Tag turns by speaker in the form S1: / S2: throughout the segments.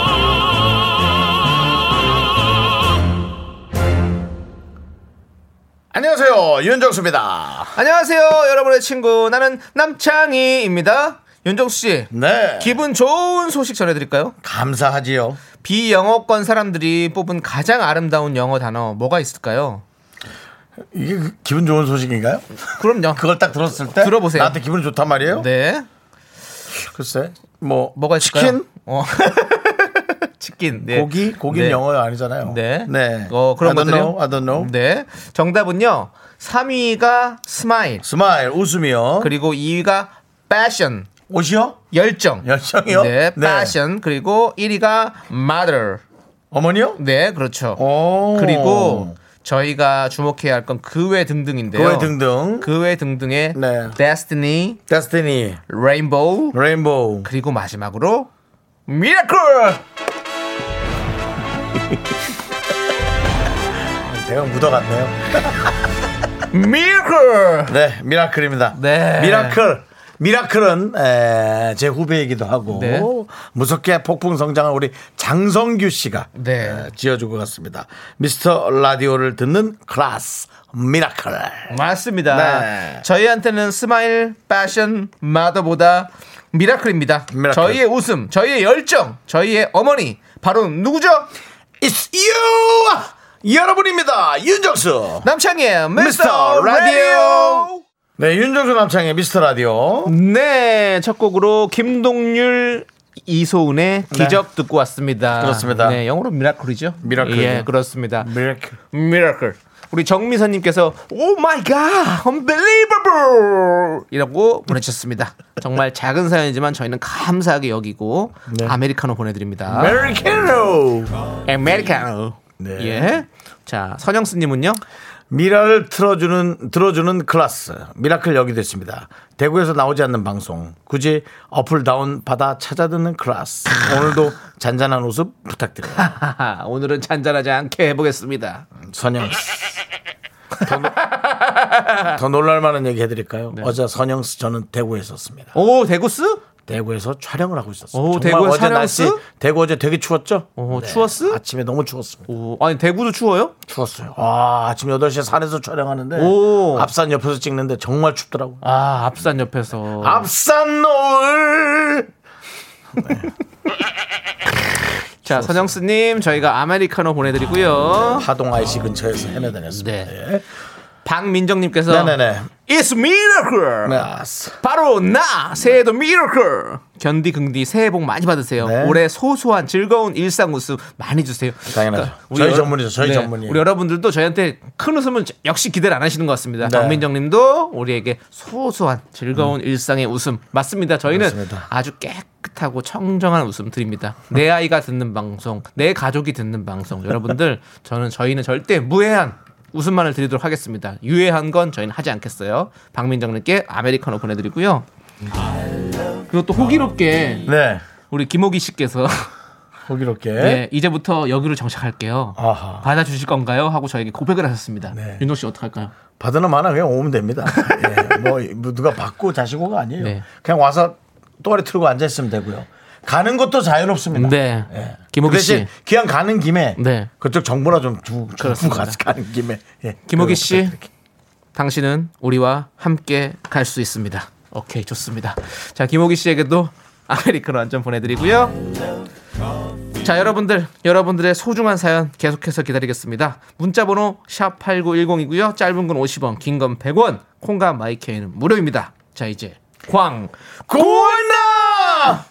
S1: 안녕하세요 윤정수입니다.
S2: 안녕하세요, 여러분의 친구 나는 남창희입니다. 윤정수 씨,
S1: 네,
S2: 기분 좋은 소식 전해드릴까요?
S1: 감사하지요.
S2: 비영어권 사람들이 뽑은 가장 아름다운 영어 단어 뭐가 있을까요?
S1: 이게 그- 기분 좋은 소식인가요?
S2: 그럼요.
S1: 그걸 딱 들었을 때
S2: 들어보세요.
S1: 나한테 기분이 좋단 말이에요?
S2: 네,
S1: 글쎄, 뭐
S2: 뭐가 있을까요?
S1: 치킨,
S2: 어. 치킨. 네.
S1: 고기, 고기는
S2: 네.
S1: 영어 아니잖아요.
S2: 네.
S1: 네.
S2: 어, 그런
S1: I don't
S2: 것들이요?
S1: know, I don't know.
S2: 네. 정답은요. 3위가 스마일.
S1: 스마일 웃음이요.
S2: 그리고 2위가 패션.
S1: 옷이요?
S2: 열정.
S1: 열정이요?
S2: 네,
S1: 네.
S2: 패션. 그리고 1위가 mother.
S1: 어머니요?
S2: 네, 그렇죠.
S1: 오.
S2: 그리고 저희가 주목해야 할 건 그 외 등등인데요.
S1: 그 외 등등.
S2: 그 외 등등의
S1: 네.
S2: Destiny,
S1: 데스티니,
S2: Rainbow,
S1: 레인보우.
S2: 그리고 마지막으로 미라클.
S1: 대형 묻어갔네요.
S2: 미라클.
S1: 네, 미라클입니다.
S2: 네.
S1: 미라클. 미라클은 에, 제 후배이기도 하고
S2: 네.
S1: 무섭게 폭풍 성장한 우리 장성규 씨가
S2: 네.
S1: 에, 지어준 것 같습니다. 미스터 라디오를 듣는 클라스 미라클.
S2: 맞습니다.
S1: 네.
S2: 저희한테는 스마일, 패션, 마더보다 미라클입니다.
S1: 미라클.
S2: 저희의 웃음, 저희의 열정, 저희의 어머니 바로 누구죠?
S1: It's you! 여러분입니다.
S2: 네.
S1: 윤정수.
S2: 남창희의
S1: 미스터
S2: 미스터 라디오.
S1: 네, 윤정수 남창의 미스터 라디오.
S2: 네, 첫 곡으로 김동률 이소은의 기적 듣고 왔습니다.
S1: 그렇습니다.
S2: 네, 영어로 네. 미라클이죠.
S1: 미라클.
S2: 예, 그렇습니다.
S1: 미라클.
S2: 미라클. 우리 정미선님께서 오 마이 갓, unbelievable 이라고 보내주셨습니다. 정말 작은 사연이지만 저희는 감사하게 여기고 아메리카노 보내드립니다.
S1: 메리케노.
S2: 아메리카노.
S1: 네.
S2: 예. 자, 선영스님은요?
S1: 미라를 틀어주는 들어주는 클라스 미라클 여기 됐습니다. 대구에서 나오지 않는 방송 굳이 어플 다운 받아 찾아듣는 클라스 오늘도 잔잔한 웃음 부탁드려요.
S2: 하하, 오늘은 잔잔하지 않게 해보겠습니다.
S1: 선영 씨. 더, 놀- 더 놀랄만한 얘기 해드릴까요?
S2: 네.
S1: 어제 선영 씨 저는 대구에 있었습니다.
S2: 오, 대구스?
S1: 대구에서 촬영을 하고 있었어요.
S2: 오,
S1: 정말
S2: 대구에
S1: 어제
S2: 촬영
S1: 날씨
S2: 왔어?
S1: 대구 어제 되게 추웠죠? 네.
S2: 오, 추웠어?
S1: 아침에 너무 추웠습니다.
S2: 오, 아니 대구도 추워요?
S1: 추웠어요. 아, 아침 8시에 산에서 촬영하는데
S2: 오.
S1: 앞산 옆에서 찍는데 정말 춥더라고요.
S2: 아 앞산 옆에서
S1: 음. 앞산 노을
S2: 자 선영스님 저희가 아메리카노 보내드리고요
S1: 하동 IC 근처에서 헤매다녔습니다.
S2: 네.
S1: 네.
S2: 박민정님께서
S1: 네네네.
S2: It's miracle
S1: 네. 아스.
S2: 바로 나 새해도 미라클 견디 긍디 새해 복 많이 받으세요
S1: 네.
S2: 올해 소소한 즐거운 일상 웃음 많이 주세요 그러니까
S1: 당연하죠. 저희
S2: 여러- 네.
S1: 전문이죠. 저희 전문이에요.
S2: 우리 여러분들도 저희한테 큰 웃음은 역시 기대를 안 하시는 것 같습니다
S1: 네.
S2: 박민정님도 우리에게 소소한 즐거운 일상의 웃음 맞습니다 저희는
S1: 맞습니다.
S2: 아주 깨끗하고 청정한 웃음 드립니다 내 아이가 듣는 방송 내 가족이 듣는 방송 여러분들 저는 저희는 절대 무해한 웃음만을 드리도록 하겠습니다 유해한 건 저희는 하지 않겠어요 박민정님께 아메리카노 보내드리고요 그리고 또 호기롭게
S1: 네.
S2: 우리 김호기 씨께서
S1: 호기롭게.
S2: 네, 이제부터 여기로 정착할게요.
S1: 아하.
S2: 받아주실 건가요? 하고 저에게 고백을 하셨습니다.
S1: 네.
S2: 윤호 씨 어떡할까요?
S1: 받으나 마나 그냥 오면 됩니다. 예. 뭐, 뭐 누가 받고 자시고가 아니에요.
S2: 네.
S1: 그냥 와서 또아리 틀고 앉아 있으면 되고요. 가는 것도 자유롭습니다.
S2: 네.
S1: 예.
S2: 김호기
S1: 그 대신
S2: 씨.
S1: 그냥 가는 김에
S2: 네.
S1: 그쪽 정보나 좀 주, 주고
S2: 그렇습니다.
S1: 가서 가는 김에. 예.
S2: 김호기
S1: 그거
S2: 씨,
S1: 부탁드릴게요.
S2: 당신은 우리와 함께 갈 수 있습니다. 오케이, 좋습니다. 자, 김호기 씨에게도 아메리카노 한잔 보내드리고요. 자, 여러분들, 여러분들의 소중한 사연 계속해서 기다리겠습니다. 문자번호 샵8910이고요. 짧은 건 50원, 긴 건 100원, 콩과 마이케이는 무료입니다. 자, 이제 광,
S1: 고나!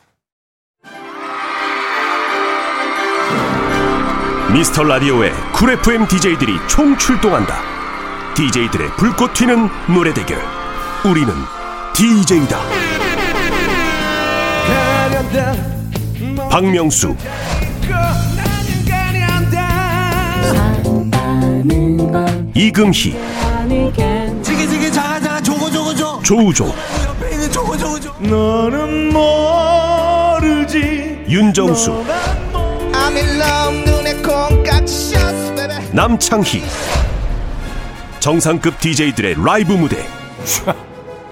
S3: 미스터 라디오의 쿨 FM DJ들이 총 출동한다 DJ들의 불꽃 튀는 노래 대결 우리는 DJ다 박명수 이금희 조우조
S4: 너는 모르지
S3: 윤정수
S4: I'm in love 눈에 콩깍지 샷 baby
S3: 남창희 정상급 DJ들의 라이브 무대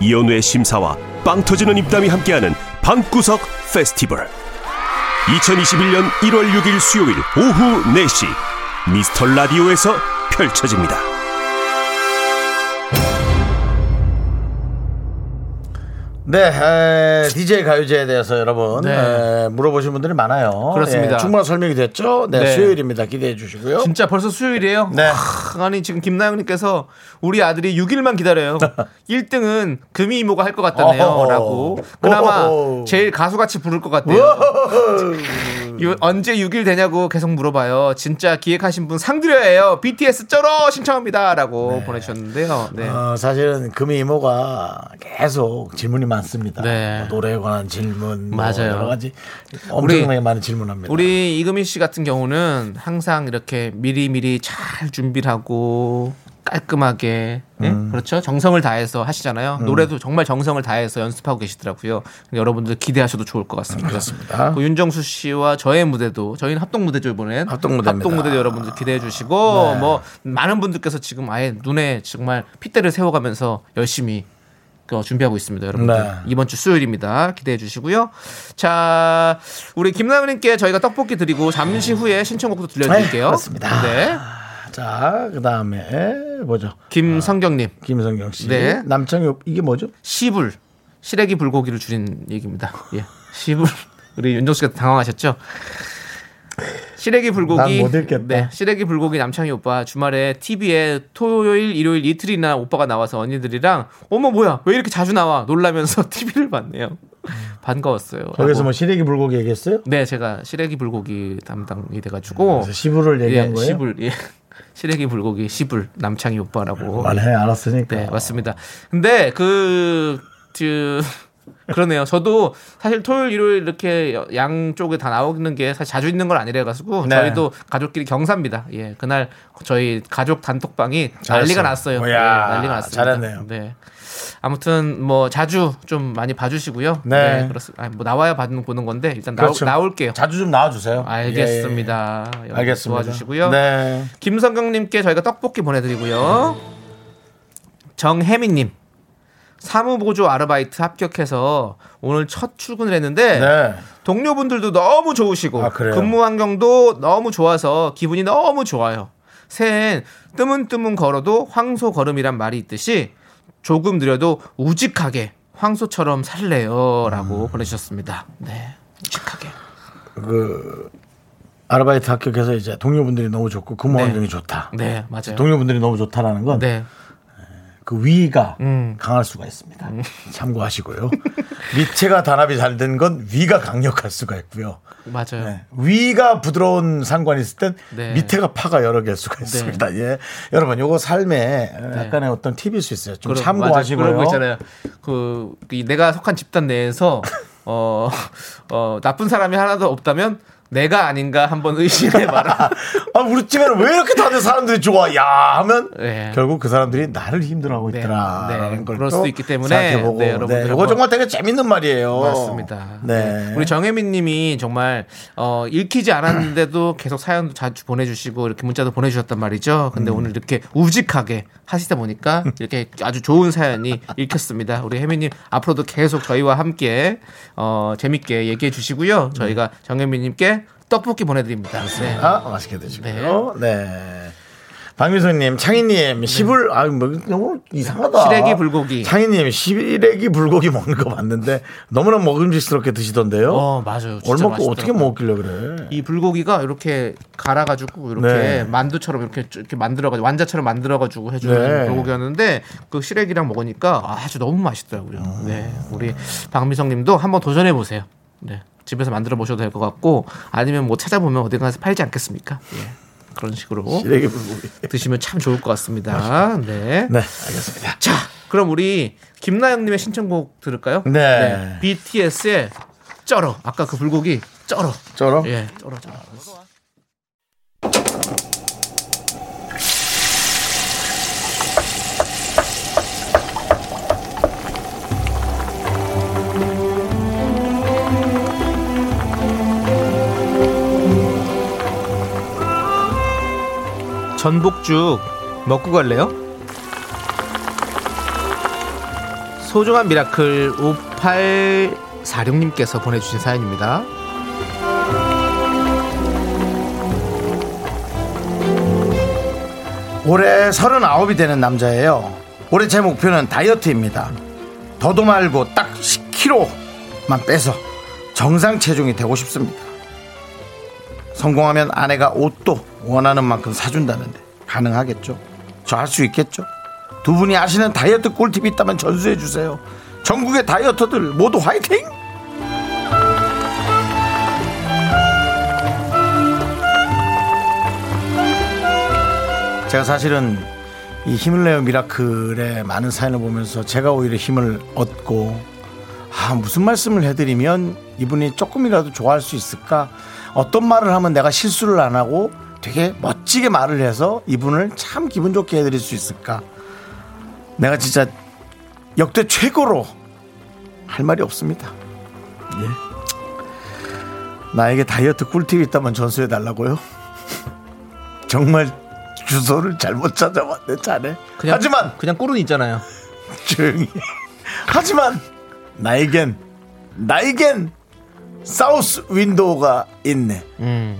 S3: 이연우의 심사와 빵 터지는 입담이 함께하는 방구석 페스티벌 2021년 1월 6일 수요일 오후 4시 미스터 라디오에서 펼쳐집니다
S1: 네, 에, DJ 가요제에 대해서 여러분
S2: 네.
S1: 에, 물어보신 분들이 많아요.
S2: 그렇습니다.
S1: 예, 충분한 설명이 됐죠? 네,
S2: 네.
S1: 수요일입니다. 기대해 주시고요.
S2: 진짜 벌써 수요일이에요?
S1: 네.
S2: 아, 아니 지금 김나영님께서 우리 아들이 6일만 기다려요. 1등은 금이 이모가 할 것 같다네요.
S1: 어허.
S2: 라고 그나마
S1: 어허.
S2: 제일 가수같이 부를 것 같대요. 요- 언제 6일 되냐고 계속 물어봐요. 진짜 기획하신 분 상 드려야 해요. BTS 쩔어 신청합니다. 라고 보내주셨는데요. 네.
S1: 어, 사실은 금이 이모가 계속 질문이 많습니다.
S2: 네.
S1: 뭐 노래에 관한 질문, 뭐
S2: 맞아요.
S1: 여러 가지 엄청나게 많은 질문합니다.
S2: 우리 이금희 씨 같은 경우는 항상 이렇게 미리미리 잘 준비를 하고 깔끔하게 예?
S1: 음.
S2: 그렇죠 정성을 다해서 하시잖아요 노래도 정말 정성을 다해서 연습하고 계시더라고요 그러니까 여러분들 기대하셔도 좋을 것 같습니다
S1: 그렇습니다.
S2: 그 윤정수 씨와 저의 무대도 저희는 합동 무대죠 이번엔
S1: 합동 무대입니다. 네.
S2: 도 여러분들 기대해 주시고 뭐 많은 분들께서 지금 아예 눈에 정말 핏대를 세워가면서 열심히 그 준비하고 있습니다, 여러분들.
S1: 네.
S2: 이번 주 수요일입니다. 기대해 주시고요. 자, 우리 김남은님께 저희가 떡볶이 드리고 잠시 후에 신청곡도
S1: 네,
S2: 들려드릴게요.
S1: 그렇습니다.
S2: 네.
S1: 자, 그 다음에 뭐죠?
S2: 김성경님,
S1: 김성경 씨,
S2: 네.
S1: 남창희 이게 뭐죠?
S2: 시불 시래기 불고기를 줄인 얘기입니다. 예, 시불 우리 윤종 씨가 당황하셨죠? 시래기 불고기.
S1: 난못 읽겠다.
S2: 네, 시래기 불고기 남창희 오빠 주말에 TV에 토요일, 일요일 이틀이나 오빠가 나와서 언니들이랑 어머 뭐야 왜 이렇게 자주 나와 놀라면서 TV를 봤네요. 반가웠어요.
S1: 거기서
S2: 라고.
S1: 뭐 시래기 불고기 얘기했어요?
S2: 네, 제가 시래기 불고기 담당이 돼가지고
S1: 음, 그래서 시부를 얘기한
S2: 예,
S1: 거예요?
S2: 시불 예. 시래기 불고기 시불 남창희 오빠라고.
S1: 말해 알았으니까.
S2: 네, 맞습니다. 근데 그, 그 그러네요. 저도 사실 토요일, 일요일 이렇게 양쪽에 다 나오는 게 사실 자주 있는 건 아니래가지고
S1: 네.
S2: 저희도 가족끼리 경사입니다. 예, 그날 저희 가족 단톡방이 난리가
S1: 잘했어요.
S2: 났어요.
S1: 이야,
S2: 예, 난리가 났습니다.
S1: 잘했네요.
S2: 네. 아무튼 뭐 자주 좀 많이 봐주시고요.
S1: 네.
S2: 그렇습니다. 아니, 뭐 나와야 받는 보는 건데 일단 나오,
S1: 그렇죠.
S2: 나올게요.
S1: 자주 좀 나와주세요. 예, 예.
S2: 알겠습니다. 네, 여러분
S1: 알겠습니다.
S2: 도와주시고요.
S1: 네.
S2: 김성경님께 저희가 떡볶이 보내드리고요. 정혜민님 사무보조 아르바이트 합격해서 오늘 첫 출근을 했는데
S1: 네.
S2: 동료분들도 너무 좋으시고
S1: 아, 그래요?
S2: 근무 환경도 너무 좋아서 기분이 너무 좋아요. 새해엔 뜨문뜨문 걸어도 황소 걸음이란 말이 있듯이 조금 느려도 우직하게 황소처럼 살래요라고
S1: 음.
S2: 보내주셨습니다. 네, 우직하게.
S1: 그 아르바이트 합격해서 이제 동료분들이 너무 좋고 근무
S2: 네.
S1: 환경이 좋다.
S2: 네, 맞아요.
S1: 동료분들이 너무 좋다라는 건
S2: 네,
S1: 그 위가
S2: 음.
S1: 강할 수가 있습니다. 참고하시고요. 밑에가 단합이 잘 된 건 위가 강력할 수가 있고요.
S2: 맞아요.
S1: 네. 위가 부드러운 상관이 있을 땐
S2: 네.
S1: 밑에가 파가 여러 개일 수가 있습니다. 예. 여러분, 요거 삶에 약간의 어떤 팁일 수 있어요. 좀
S2: 네. 그런- 맞아,
S1: 참고하시고요.
S2: 그런 거 있잖아요. 그, 이 내가 속한 집단 내에서 어, 어, 나쁜 사람이 하나도 없다면 내가 아닌가 한번 의심해 봐라.
S1: 아, 우리 집에는 왜 이렇게 다들 사람들이 좋아? 야 하면
S2: 네.
S1: 결국 그 사람들이 나를 힘들어하고
S2: 네.
S1: 있더라라는
S2: 네.
S1: 걸
S2: 그럴
S1: 또
S2: 수도 있기 때문에
S1: 생각해보고.
S2: 네,
S1: 네,
S2: 여러분들
S1: 이거
S2: 한번-
S1: 정말 되게 재밌는 말이에요.
S2: 맞습니다.
S1: 네.
S2: 우리 정혜민 님이 정말 어, 읽히지 않았는데도 계속 사연도 자주 보내주시고 이렇게 문자도 보내주셨단 말이죠. 근데 오늘 이렇게 우직하게 하시다 보니까 이렇게 아주 좋은 사연이 읽혔습니다. 우리 혜민 님 앞으로도 계속 저희와 함께 어, 재밌게 얘기해 주시고요. 저희가 정혜민 님께 떡볶이 보내드립니다. 네.
S1: 아, 맛있게 드시고요. 네. 박미선님, 창희님, 시불, 아유, 뭐, 너무 이상하다.
S2: 네. 시래기 불고기.
S1: 창희님, 시래기 불고기 먹는 거 봤는데 너무나 먹음직스럽게 드시던데요.
S2: 어, 맞아요. 진짜
S1: 얼먹고 어떻게
S2: 맛있더라고요.
S1: 먹길래 그래.
S2: 이 불고기가 이렇게 갈아가지고 이렇게
S1: 네.
S2: 만두처럼 이렇게 쭉 이렇게 만들어가지고 완자처럼 만들어가지고 해주는
S1: 네.
S2: 불고기였는데 그 시래기랑 먹으니까 아주 너무 맛있더라고요. 네, 우리 박미성님도 한번 도전해 보세요. 네, 집에서 만들어 보셔도 될 것 같고 아니면 뭐 찾아보면 어딘가서 팔지 않겠습니까? 예, 그런 식으로
S1: 시래기 불고기.
S2: 드시면 참 좋을 것 같습니다. 네.
S1: 네, 알겠습니다.
S2: 자, 그럼 우리 김나영님의 신청곡 들을까요?
S1: 네.
S2: BTS의 쩔어. 아까 그 불고기 쩔어.
S1: 쩔어?
S2: 예, 쩔어, 쩔어. 전복죽 먹고 갈래요? 소중한 미라클 5846님께서 보내주신 사연입니다.
S1: 올해 39이 되는 남자예요. 올해 제 목표는 다이어트입니다. 더도 말고 딱 10kg만 빼서 정상 체중이 되고 싶습니다. 성공하면 아내가 옷도 원하는 만큼 사준다는데 가능하겠죠? 저 할 수 있겠죠? 두 분이 아시는 다이어트 꿀팁이 있다면 전수해 주세요. 전국의 다이어터들 모두 화이팅! 제가 사실은 이 힘을 내요 미라클의 많은 사연을 보면서 제가 오히려 힘을 얻고 아 무슨 말씀을 해드리면 이분이 조금이라도 좋아할 수 있을까 어떤 말을 하면 내가 실수를 안 하고 되게 멋지게 말을 해서 이분을 참 기분 좋게 해드릴 수 있을까 내가 진짜 역대 최고로 할 말이 없습니다 예 나에게 다이어트 꿀팁이 있다면 전수해 달라고요 정말 주소를 잘못 찾아왔네 자네
S2: 그냥-
S1: 하지만
S2: 그냥 꿀은 있잖아요.
S1: 조용히. 해. 하지만 나에겐 나에겐 사우스 윈도우가 있네.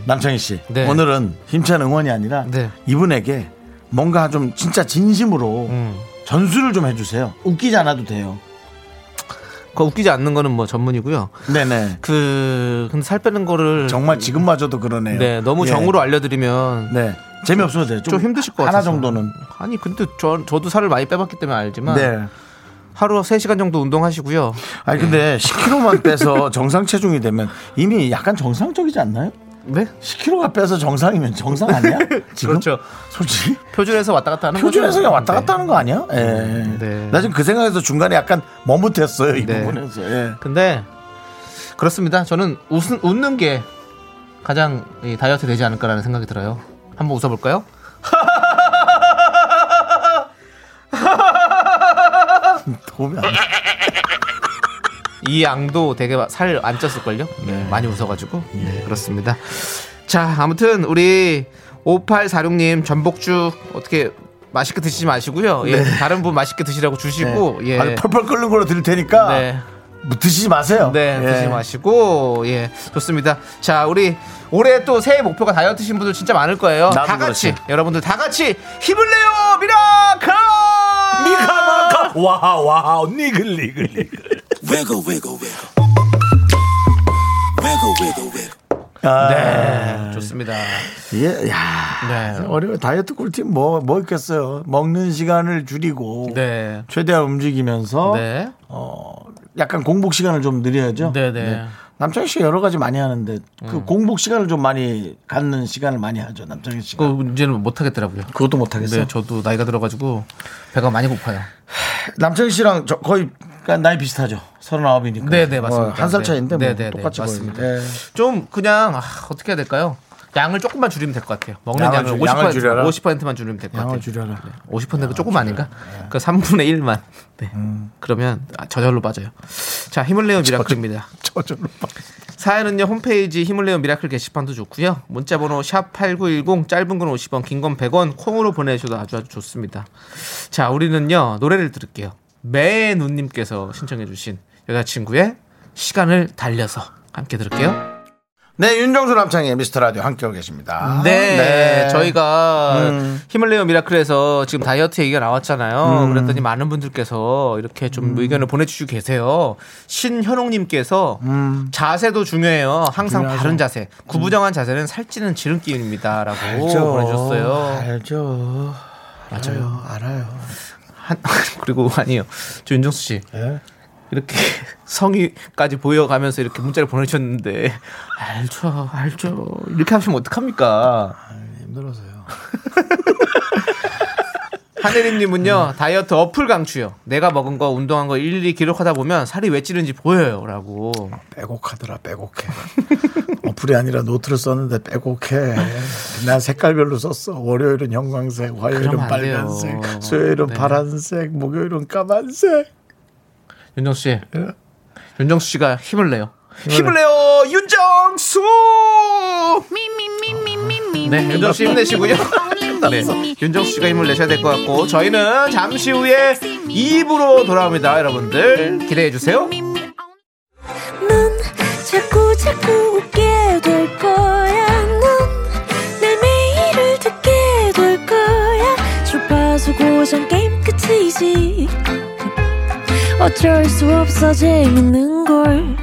S1: 남창희 씨
S2: 음. 네.
S1: 오늘은 힘찬 응원이 아니라
S2: 네.
S1: 이분에게 뭔가 좀 진짜 진심으로
S2: 음.
S1: 전수를 좀 해주세요. 웃기지 않아도 돼요.
S2: 그거 웃기지 않는 거는 뭐 전문이고요.
S1: 네네.
S2: 그 근데 살 빼는 거를
S1: 정말 지금마저도 그러네요.
S2: 네 너무
S1: 예.
S2: 정으로 알려드리면
S1: 네 재미없으면 돼요.
S2: 좀 힘드실 것
S1: 하나
S2: 같아서.
S1: 정도는.
S2: 아니 근데 저 저도 살을 많이 빼봤기 때문에 알지만
S1: 네.
S2: 하루 3시간 정도 운동하시고요.
S1: 아니 근데
S2: 예.
S1: 10kg만 빼서 정상 체중이 되면 이미 약간 정상적이지 않나요?
S2: 네?
S1: 10kg가 빼서 정상이면 정상 아니야? 지금?
S2: 그렇죠.
S1: 솔직히
S2: 표준에서 왔다 갔다 하는 거죠.
S1: 표준에서 그냥 왔다
S2: 네.
S1: 갔다 하는 거 아니야? 예.
S2: 네.
S1: 나 지금 그 생각에서 중간에 약간 머뭇했어요 이
S2: 네.
S1: 부분에서. 예.
S2: 근데 그렇습니다. 저는 웃은, 웃는 게 가장 이 다이어트 되지 않을까라는 생각이 들어요. 한번 웃어볼까요?
S1: 도움이 안 돼.
S2: 이 양도 되게 살 안 쪘을걸요? 네, 많이 웃어가지고. 네, 그렇습니다. 자, 아무튼 우리 5846님 전복죽 어떻게 맛있게 드시지 마시고요. 예, 다른 분 맛있게 드시라고 주시고, 예.
S1: 네. 아니 그 펄펄 끓는 걸로 드릴 테니까
S2: 네.
S1: 뭐 드시지 마세요.
S2: 네,
S1: 예.
S2: 드시지 마시고, 예, 좋습니다. 자, 우리 올해 또 새해 목표가 다이어트신 분들 진짜 많을 거예요.
S1: 나도
S2: 다 같이,
S1: 그렇지.
S2: 여러분들 다 같이 힘을 내요! 미라클!
S1: 미카마카 와우 와우 니글 니글 니글.
S5: wiggle, wiggle, wiggle. Wiggle, wiggle, wiggle.
S1: 아,
S2: 네, 좋습니다.
S1: 예, 야
S2: 네.
S1: 어려워 다이어트 꿀팁 뭐뭐 있겠어요. 먹는 시간을 줄이고
S2: 네.
S1: 최대한 움직이면서
S2: 네.
S1: 어 약간 공복 시간을 좀 늘려야죠.
S2: 네, 음. 네.
S1: 남창희 씨가 여러 가지 많이 하는데 그 공복 시간을 좀 많이 갖는 시간을 많이 하죠. 남창희 씨가.
S2: 그 문제는 못 하겠더라고요.
S1: 그것도 못하겠어요.
S2: 네, 저도 나이가 들어가지고 배가 많이 고파요.
S1: 남창희 씨랑 저 거의 그러니까 나이 비슷하죠. 서른아홉이니까.
S2: 네, 네, 맞습니다.
S1: 한 살
S2: 네.
S1: 차이인데 뭐
S2: 네, 네, 네,
S1: 똑같이
S2: 맞습니다.
S1: 보여요. 예.
S2: 좀 그냥 아, 어떻게 해야 될까요? 양을 조금만 줄이면 될 것 같아요. 먹는
S1: 양을
S2: 양을,
S1: 줄-
S2: 50%,
S1: 양을 줄여라.
S2: 50%만 줄이면 될 것
S1: 양을
S2: 같아요.
S1: 줄여라. 예.
S2: 50%가 조금 아닌가? 그 3분의 1만. 네.
S1: 음.
S2: 그러면 아, 저절로 빠져요. 자, 힘을 내요 미라클입니다.
S1: 저절로 빠져.
S2: 사연은요 홈페이지 힘을 내요 미라클 게시판도 좋고요 문자번호 샵 #8910 짧은 건 50원, 긴 건 100원 콩으로 보내주셔도 아주 아주 좋습니다. 자 우리는요 노래를 들을게요. 매 누님께서 신청해주신 여자친구의 시간을 달려서 함께 들을게요.
S1: 네, 윤정수 남창희 미스터 라디오 함께하고 계십니다.
S2: 네, 음. 저희가 힘을 내요 미라클에서 지금 다이어트 얘기가 나왔잖아요. 그랬더니 많은 분들께서 이렇게 좀 의견을 보내주시고 계세요. 신현옥님께서 자세도 음. 중요해요. 항상 바른 자세, 구부정한 자세는 살찌는 지름길입니다라고 보내주셨어요.
S1: 알죠.
S2: 맞아요.
S1: 알아요.
S2: 한- 그리고 아니요, 저 윤정수 씨.
S1: 네.
S2: 이렇게 성의까지 보여가면서 이렇게 문자를 보내주셨는데 알죠 알죠 이렇게 하시면 어떡합니까
S1: 아, 힘들어서요.
S2: 하늘님님은요 다이어트 어플 강추요. 내가 먹은 거 운동한 거 일일이 기록하다 보면 살이 왜 찌는지 보여요라고.
S1: 빼곡하더라, 빼곡해. 어플이 아니라 노트를 썼는데 빼곡해. 난 색깔별로 썼어. 월요일은 형광색, 화요일은
S2: 그러면 안 돼요.
S1: 빨간색, 수요일은
S2: 네.
S1: 파란색, 목요일은 까만색.
S2: 윤정수 씨,
S1: 예.
S2: 윤정수 씨가 힘을 내요. 힘을 내요, 윤정수. 네, 윤정수 씨 힘내시고요. 네. 윤정수 씨가 힘을 내셔야 될 것 같고 저희는 잠시 후에 2부로 돌아옵니다. 여러분들 기대해 주세요.
S6: 넌 자꾸 자꾸 웃게 될 거야. 넌내 매일을 듣게 될 거야. 주파수 고정 게임 끝이지. 어쩔 수 없어 재밌는 걸.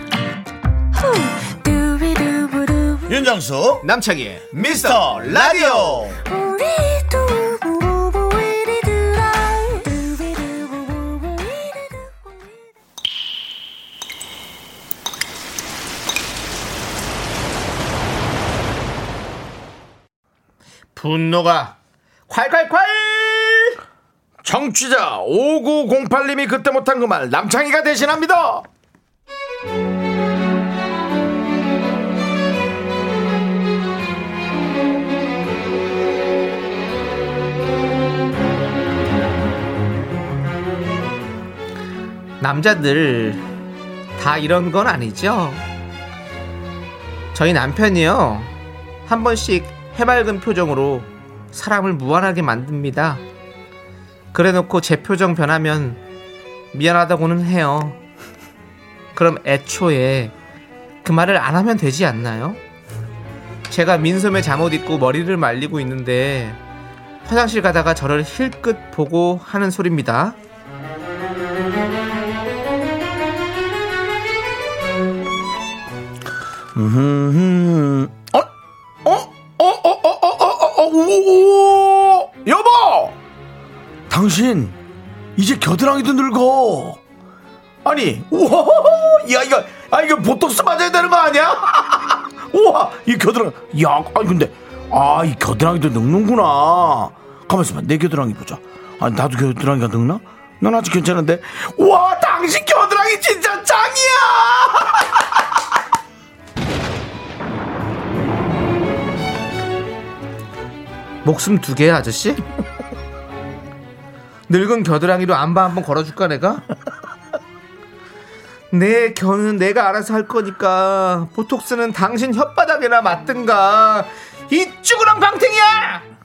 S6: 후. 두비두부두.
S1: 윤정수
S2: 남창희의
S1: 미스터 라디오
S6: 우리 두부부부 우리 두라. 두비두부부부 우리 두부부.
S2: 분노가 콸콸콸!
S1: 정취자 5908님이 그때 못한 그 말 남창희가 대신합니다
S2: 남자들 다 이런 건 아니죠? 저희 남편이요 한 번씩 해맑은 표정으로 사람을 무한하게 만듭니다. 그래놓고 제 표정 변하면 미안하다고는 해요. 그럼 애초에 그 말을 안 하면 되지 않나요? 제가 민소매 잠옷 입고 머리를 말리고 있는데 화장실 가다가 저를 힐끗 보고 하는 소리입니다.
S1: 음, 어? 어? 어? 어? 어? 어? 어? 어? 어? 오, 오, 오. 여보! 당신 이제 겨드랑이도 늙어 아니 우와 야 이거 아 이거 보톡스 맞아야 되는 거 아니야? 우와 이 겨드랑이 야 아니 근데 아 이 겨드랑이도 늙는구나 가만있어 봐내 겨드랑이 보자 아니 나도 겨드랑이가 늙나? 난 아직 괜찮은데 우와 당신 겨드랑이 진짜 짱이야
S2: 목숨 두 개야 아저씨? 늙은 겨드랑이로 안바 한번 걸어줄까 내가? 내 겨는 내가 알아서 할 거니까 보톡스는 당신 혓바닥에나 맞든가 이 쭈그랑 방탱이야!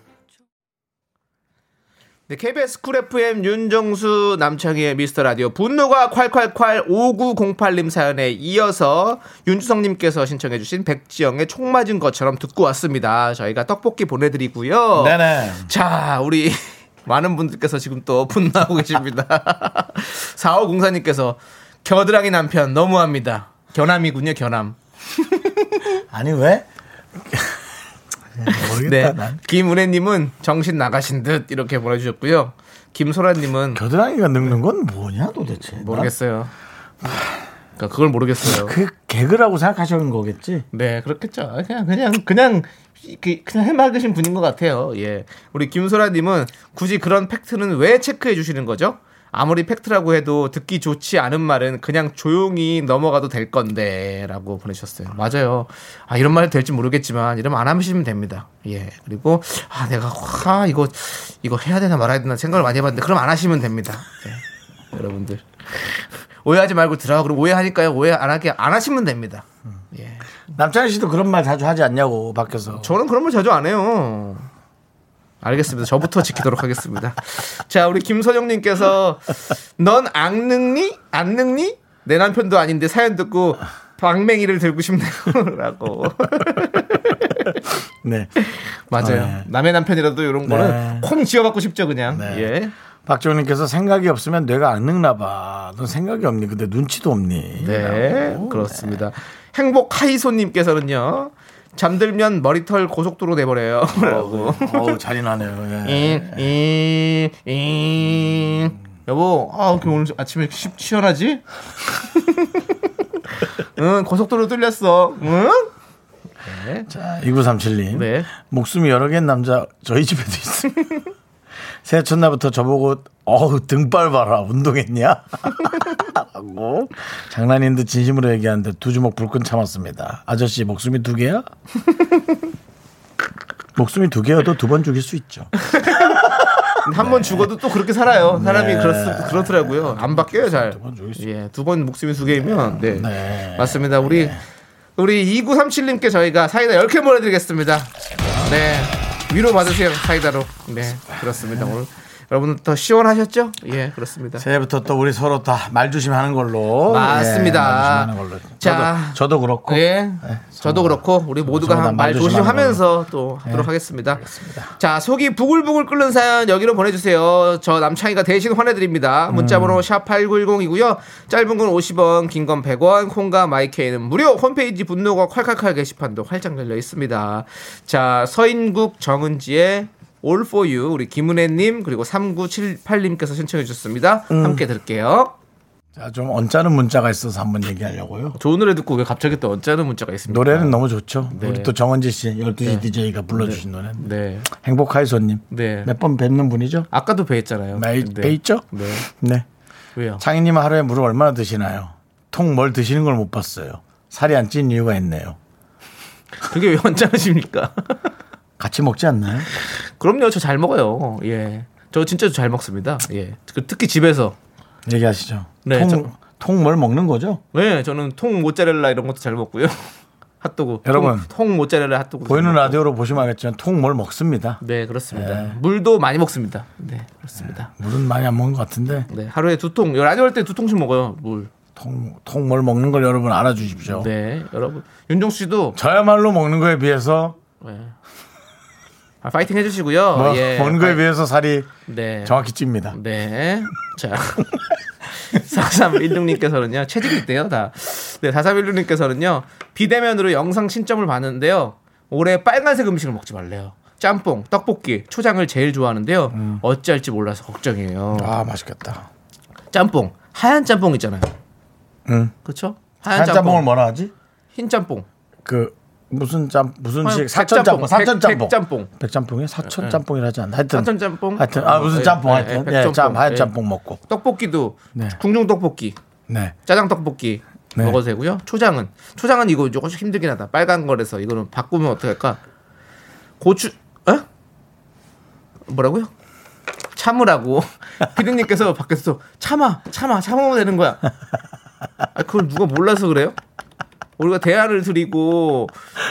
S2: 네, KBS 쿨 FM 윤정수 남창희의 미스터 라디오 분노가 콸콸콸 5908님 사연에 이어서 윤주성님께서 신청해주신 백지영의 총 맞은 것처럼 듣고 왔습니다. 저희가 떡볶이 보내드리고요.
S1: 네네
S2: 자, 우리 많은 분들께서 지금 또 분노하고 계십니다. 4504님께서 겨드랑이 남편 너무합니다. 겨남이군요, 겨남.
S1: 아니 왜?
S2: 네.
S1: 모르겠다 난.
S2: 김은혜님은 정신 나가신 듯 이렇게 보내주셨고요. 김소라님은
S1: 겨드랑이가 늙는 건 뭐냐 도대체?
S2: 모르겠어요. 그러니까 그걸 모르겠어요.
S1: 그 개그라고 생각하시는 거겠지?
S2: 네, 그렇겠죠. 그냥 그냥 그냥 그- 그냥 해맑으신 분인 것 같아요. 예, 우리 김소라님은 굳이 그런 팩트는 왜 체크해 주시는 거죠? 아무리 팩트라고 해도 듣기 좋지 않은 말은 그냥 조용히 넘어가도 될 건데라고 보내셨어요. 맞아요. 아 이런 말이 될지 모르겠지만 이러면 안 하시면 됩니다. 예. 그리고 아 내가 아 이거 이거 해야 되나 말아야 되나 생각을 많이 해봤는데 그럼 안 하시면 됩니다. 예. 여러분들 오해하지 말고 들어가. 그리고 오해하니까요 오해 안 하게 안 하시면 됩니다. 예.
S1: 남창희 씨도 그런 말 자주 하지 않냐고 밖에서.
S2: 저는 그런 말 자주 안 해요. 알겠습니다. 저부터 지키도록 하겠습니다. 자, 우리 김선영님께서 넌 악능니? 안 늙니? 내 남편도 아닌데 사연 듣고 방맹이를 들고 싶네요라고.
S1: 네.
S2: 맞아요.
S1: 네.
S2: 남의 남편이라도 이런 거는 콩 지어갖고 싶죠 그냥. 예.
S1: 박지호님께서 생각이 없으면 뇌가 안 늙나 봐. 넌 생각이 없니? 근데 눈치도 없니?
S2: 네, 그렇습니다. 행복 하이소님께서는요. 잠들면 머리털 고속도로 내버려요. 라고.
S1: 어우 잔인하네요. 예.
S2: 잉, 잉, 잉. 여보, 아, 왜 이렇게 오늘 아침에 이렇게 시- 시원하지? 응, 고속도로 뚫렸어. 응?
S1: 자 2937님.
S2: 네.
S1: 목숨이 여러 개인 남자 저희 집에도 있어요. 새해 첫날부터 저보고 어우 등발 봐라 운동했냐? 라고 장난인 듯 진심으로 얘기하는데 두 주먹 불끈 참았습니다. 아저씨 목숨이 두 개야? 목숨이 두 개여도 두 번 죽일 수 있죠.
S2: 한 번 죽어도 또 그렇게 살아요. 사람이 그렇, 그렇더라고요. 안 바뀌어요, 잘.
S1: 번 죽일 수
S2: 예, 두 번 목숨이 두 개이면, 네.
S1: 네.
S2: 맞습니다. 우리, 우리 2937님께 저희가 사이다 10개 보내드리겠습니다. 네. 위로 받으세요 사이다로. 네 그렇습니다 오늘 여러분 더 시원하셨죠? 예 그렇습니다.
S1: 새해부터 또 우리 서로 다 말 조심하는 걸로.
S2: 맞습니다.
S1: 예, 말 조심하는 걸로. 저도,
S2: 자.
S1: 저도 그렇고. 네,
S2: 예, 저도 그렇고 우리 모두가
S1: 서로 다
S2: 한
S1: 말
S2: 말
S1: 조심하는
S2: 조심하면서 또
S1: 네,
S2: 하도록 하겠습니다. 자, 속이 부글부글 끓는 사연 여기로 보내주세요. 저 남창희가 대신 환해드립니다.
S1: 음.
S2: 문자번호 샵 #8910이고요. 짧은 건 50원, 긴 건 100원, 콩과 마이케이는 무료. 홈페이지 분노가 콸콸콸 게시판도 활짝 열려 있습니다. 자, 서인국 정은지의 All for You 우리 김은혜님 그리고 3978님께서 신청해 주셨습니다.
S1: 음.
S2: 함께 들을게요.
S1: 자, 좀 언짢은 문자가 있어서 한번 얘기하려고요.
S2: 좋은 노래 듣고 왜 갑자기 또 언짢은 문자가 있습니까?
S1: 노래는 너무 좋죠.
S2: 네.
S1: 우리 또 정원지 씨, 12시 DJ가 불러주신 노래.
S2: 네.
S1: 행복하이 손님.
S2: 네.
S1: 몇 번 뵙는 분이죠?
S2: 아까도 배했잖아요.
S1: 매,
S2: 근데-
S1: 뵈있죠?
S2: 네.
S1: 네.
S2: 왜요?
S1: 창희님 하루에 물을 얼마나 드시나요? 통 뭘 드시는 걸 못 봤어요. 살이 안 찐 이유가 있네요.
S2: 그게 왜 언짢으십니까?
S1: 같이 먹지 않나요?
S2: 그럼요. 저 잘 먹어요. 예. 저 진짜 잘 먹습니다. 예. 그 특히 집에서.
S1: 얘기하시죠.
S2: 네, 저-
S1: 통, 통 뭘 먹는 거죠?
S2: 네, 저는 통 모짜렐라 이런 것도 잘 먹고요. 핫도그.
S1: 여러분.
S2: 통, 통 모짜렐라 핫도그.
S1: 보이는 라디오로 보시면 알겠지만 통 뭘 먹습니다.
S2: 네, 그렇습니다. 물도 많이 먹습니다. 네, 그렇습니다.
S1: 물은 많이 안 먹는 것 같은데
S2: 네, 하루에 두 통. 라디오 할 때 두 통씩 먹어요. 물.
S1: 통, 통 뭘 먹는 걸 여러분 알아주십시오.
S2: 네, 여러분. 윤종수 씨도
S1: 저야말로 먹는 거에 비해서
S2: 예. 아, 파이팅 해주시고요.
S1: 뭐-
S2: 예.
S1: 먹는 거에
S2: 파이-
S1: 비해서 살이
S2: 네.
S1: 정확히 찝니다.
S2: 네. 자. 4316님께서는요, 채직일 때요, 다. 네, 4316님께서는요, 비대면으로 영상 신점을 봤는데요, 올해 빨간색 음식을 먹지 말래요. 짬뽕, 떡볶이, 초장을 제일 좋아하는데요, 어찌할지 몰라서 걱정이에요.
S1: 음. 아 맛있겠다.
S2: 짬뽕, 하얀 짬뽕 있잖아요.
S1: 응.
S2: 그쵸?
S1: 한 음. 짬뽕을 뭐라 하지?
S2: 흰 짬뽕.
S1: 그 무슨 짬 무슨
S2: 아유,
S1: 식 사천 짬뽕
S2: 백짬뽕,
S1: 사천
S2: 백-
S1: 짬뽕
S2: 백짬뽕. 예,
S1: 백짬뽕이 사천 짬뽕이라 하지 않나 하여튼
S2: 사천 짬뽕?
S1: 하여튼 아 무슨
S2: 예,
S1: 짬뽕
S2: 예,
S1: 하여튼
S2: 예,
S1: 예, 짬 하얀
S2: 예.
S1: 짬뽕 먹고
S2: 떡볶이도
S1: 네.
S2: 궁중 떡볶이,
S1: 네
S2: 짜장 떡볶이
S1: 네.
S2: 먹어도 되고요. 초장은 초장은 이거 조금씩 힘들긴 하다. 빨간 거라서 이거는 바꾸면 어떻게 할까? 고추 에? 뭐라고요? 참으라고 피디님께서 밖에서 참아 참아 참으면 되는 거야. 아, 그걸 누가 몰라서 그래요? 우리가 대화를 드리고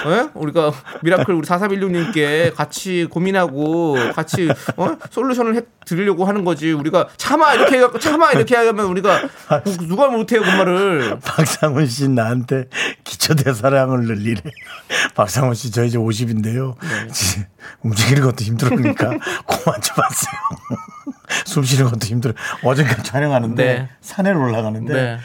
S2: 에? 우리가 미라클 우리 4316님께 같이 고민하고 같이 어? 솔루션을 해, 드리려고 하는 거지 우리가 참아 이렇게 해갖고 참아 이렇게 하면 우리가 누- 누가 못해요 그 말을
S1: 박상훈 씨 나한테 기초 대사량을 늘리래. 박상훈 씨 저희 이제 50인데요.
S2: 네.
S1: 움직이는 것도 힘들으니까 그만 좀 하세요. 숨 쉬는 것도 힘들어. 어젠가 촬영하는데
S2: 네.
S1: 산에 올라가는데 야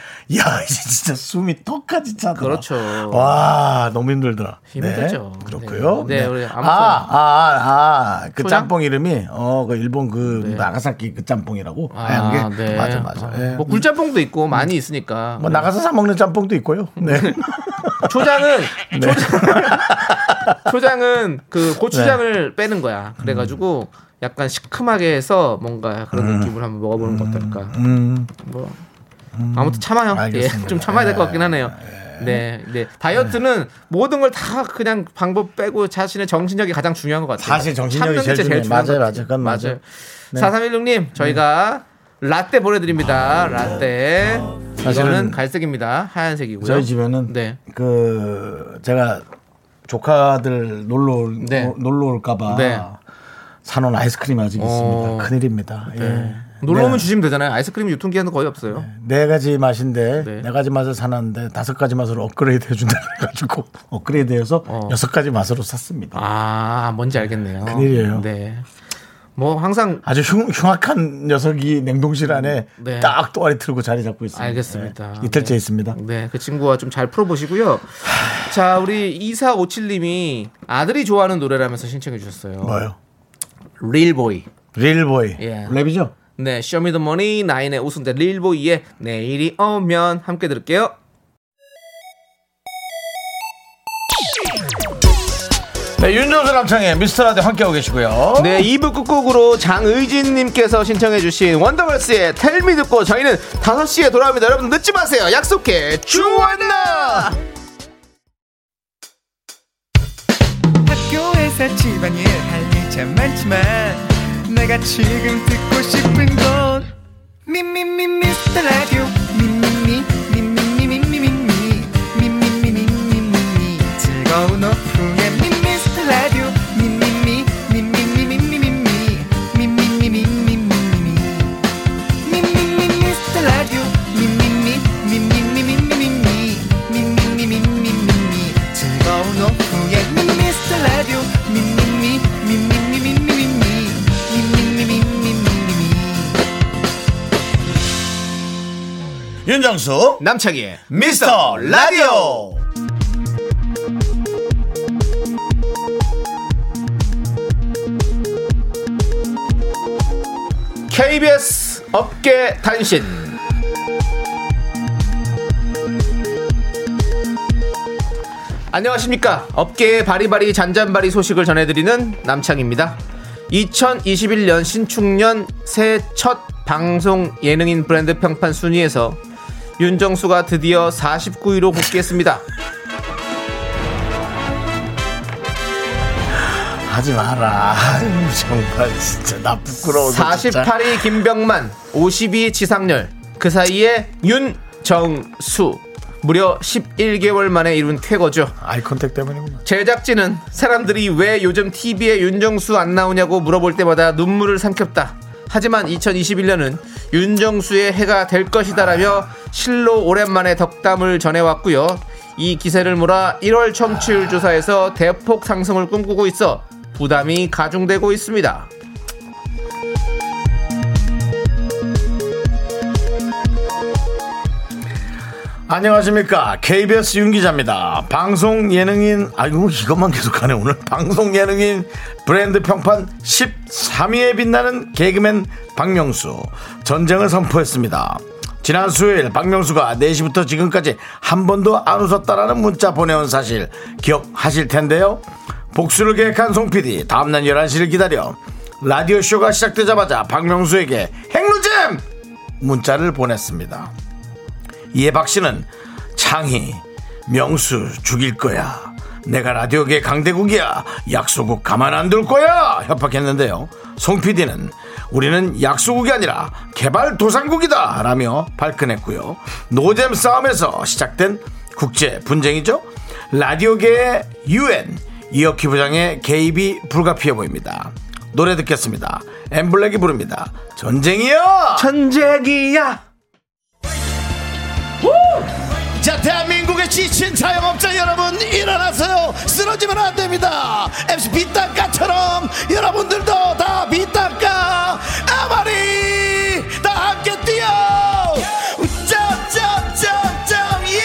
S1: 이제 진짜 숨이 턱까지 차더라.
S2: 그렇죠.
S1: 와 너무 힘들더라.
S2: 힘들죠.
S1: 네, 그렇고요.
S2: 네. 네, 우리 아무튼-
S1: 아아아그
S2: 초장? 네.
S1: 짬뽕 이름이 어그 일본 그 나가사키 그 짬뽕이라고. 하얀 게 맞아 맞아.
S2: 아,
S1: 예.
S2: 뭐 굴짬뽕도 있고 많이 있으니까
S1: 뭐 나가서 사 먹는 짬뽕도 있고요. 네.
S2: 음. 초장은 초장은, 초장은 그 고추장을
S1: 네.
S2: 빼는
S1: 음.
S2: 거야. 그래가지고 약간 시큼하게 해서 뭔가 그런
S1: 음.
S2: 느낌을 한번 먹어보는 것 어떨까. 뭐 아무튼 참아요. 예,
S1: 음. 알겠습니다. 예.
S2: 좀 참아야 될 것 같긴 하네요. 네, 네. 다이어트는 모든 걸 다 그냥 방법 빼고 자신의 정신력이 가장 중요한 것 같아요.
S1: 사실 정신력이 제일 중요해요. 맞아요, 맞아요. 그건 맞아요. 네.
S2: 4316님, 저희가 라떼 보내드립니다. 라떼.
S1: 사실은
S2: 이거는 갈색입니다. 하얀색이고요.
S1: 저희 집에는
S2: 네.
S1: 그 제가 조카들 놀러 올, 어,
S2: 네.
S1: 놀러 올까봐
S2: 네.
S1: 사놓은 아이스크림 이 아직
S2: 어.
S1: 있습니다. 큰일입니다. 예.
S2: 놀러 오면
S1: 네,
S2: 주시면 되잖아요. 아이스크림 유통기한은 거의 없어요.
S1: 네 가지 맛인데
S2: 네.
S1: 네. 가지 맛을 사놨는데 다섯 가지 맛으로 업그레이드 해준다 그래가지고 업그레이드해서 여섯 가지 맛으로 샀습니다.
S2: 어. 아, 뭔지 알겠네요.
S1: 큰일이에요.
S2: 네. 뭐 항상
S1: 아주 흉, 흉악한 녀석이 냉동실 안에
S2: 네.
S1: 딱 또아리 틀고 자리 잡고 있습니다.
S2: 알겠습니다.
S1: 예. 이틀째
S2: 네.
S1: 있습니다.
S2: 네, 그 친구와 좀 잘 풀어보시고요. 자, 우리 2457님이 아들이 좋아하는 노래라면서 신청해 주셨어요.
S1: 뭐요?
S2: 릴보이.
S1: 릴보이
S2: 예.
S1: 랩이죠?
S2: 네, 쇼미더머니 나인의 우승대 릴보이의 내일이 오면 함께 들을게요.
S1: 네, 윤정수 남창의 미스터라디오 함께하고 계시고요.
S2: 네, 2부 끝곡으로 장의진님께서 신청해주신 원더걸스의 텔미 듣고 저희는 5시에 돌아옵니다. 여러분 늦지 마세요. 약속해. 주원나!
S7: 학교에서 집안일 할 일 참 많지만 내가 지금 듣고 싶은 건 미미미 미스터 라디오 미미미 미미미 미미미 미미미 미미미 즐거운 오후
S8: 윤정수
S2: 남창희의
S8: 미스터 라디오
S2: KBS 업계 단신. 안녕하십니까. 업계의 바리바리 잔잔바리 소식을 전해드리는 남창입니다. 2021년 신축년 새 첫 방송 예능인 브랜드 평판 순위에서 윤정수가 드디어 49위로 복귀했습니다.
S1: 하지 마라. 아유, 정말 진짜 나 부끄러워서. 진짜.
S2: 48위 김병만, 52 지상렬, 그 사이에 윤정수. 무려 11개월 만에 이룬 쾌거죠.
S1: 아이컨택 때문이구나.
S2: 제작진은 사람들이 왜 요즘 TV에 윤정수 안 나오냐고 물어볼 때마다 눈물을 삼켰다. 하지만 2021년은 윤정수의 해가 될 것이다라며 실로 오랜만에 덕담을 전해왔고요. 이 기세를 몰아 1월 청취율 조사에서 대폭 상승을 꿈꾸고 있어 부담이 가중되고 있습니다.
S1: 안녕하십니까. KBS 윤 기자입니다. 방송 예능인, 아이고, 이것만 계속하네, 오늘. 방송 예능인 브랜드 평판 13위에 빛나는 개그맨 박명수. 전쟁을 선포했습니다. 지난 수요일 박명수가 4시부터 지금까지 한 번도 안 웃었다라는 문자 보내온 사실 기억하실 텐데요. 복수를 계획한 송 PD, 다음날 11시를 기다려 라디오쇼가 시작되자마자 박명수에게 행루잼! 문자를 보냈습니다. 이에 예, 박 씨는 창희, 명수 죽일 거야. 내가 라디오계 강대국이야. 약소국 가만 안 둘 거야. 협박했는데요. 송 PD는 우리는 약소국이 아니라 개발 도상국이다. 라며 발끈했고요. 노잼 싸움에서 시작된 국제 분쟁이죠. 라디오계의 UN, 이어키 부장의 개입이 불가피해 보입니다. 노래 듣겠습니다. 엠블랙이 부릅니다. 전쟁이야!
S2: 전쟁이야!
S8: 자 대한민국의 지친 자영업자 여러분 일어나세요 쓰러지면 안 됩니다 MC 비딱가처럼 여러분들도 다 비딱가 아마리 다 함께 뛰어 짱짱짱짱 예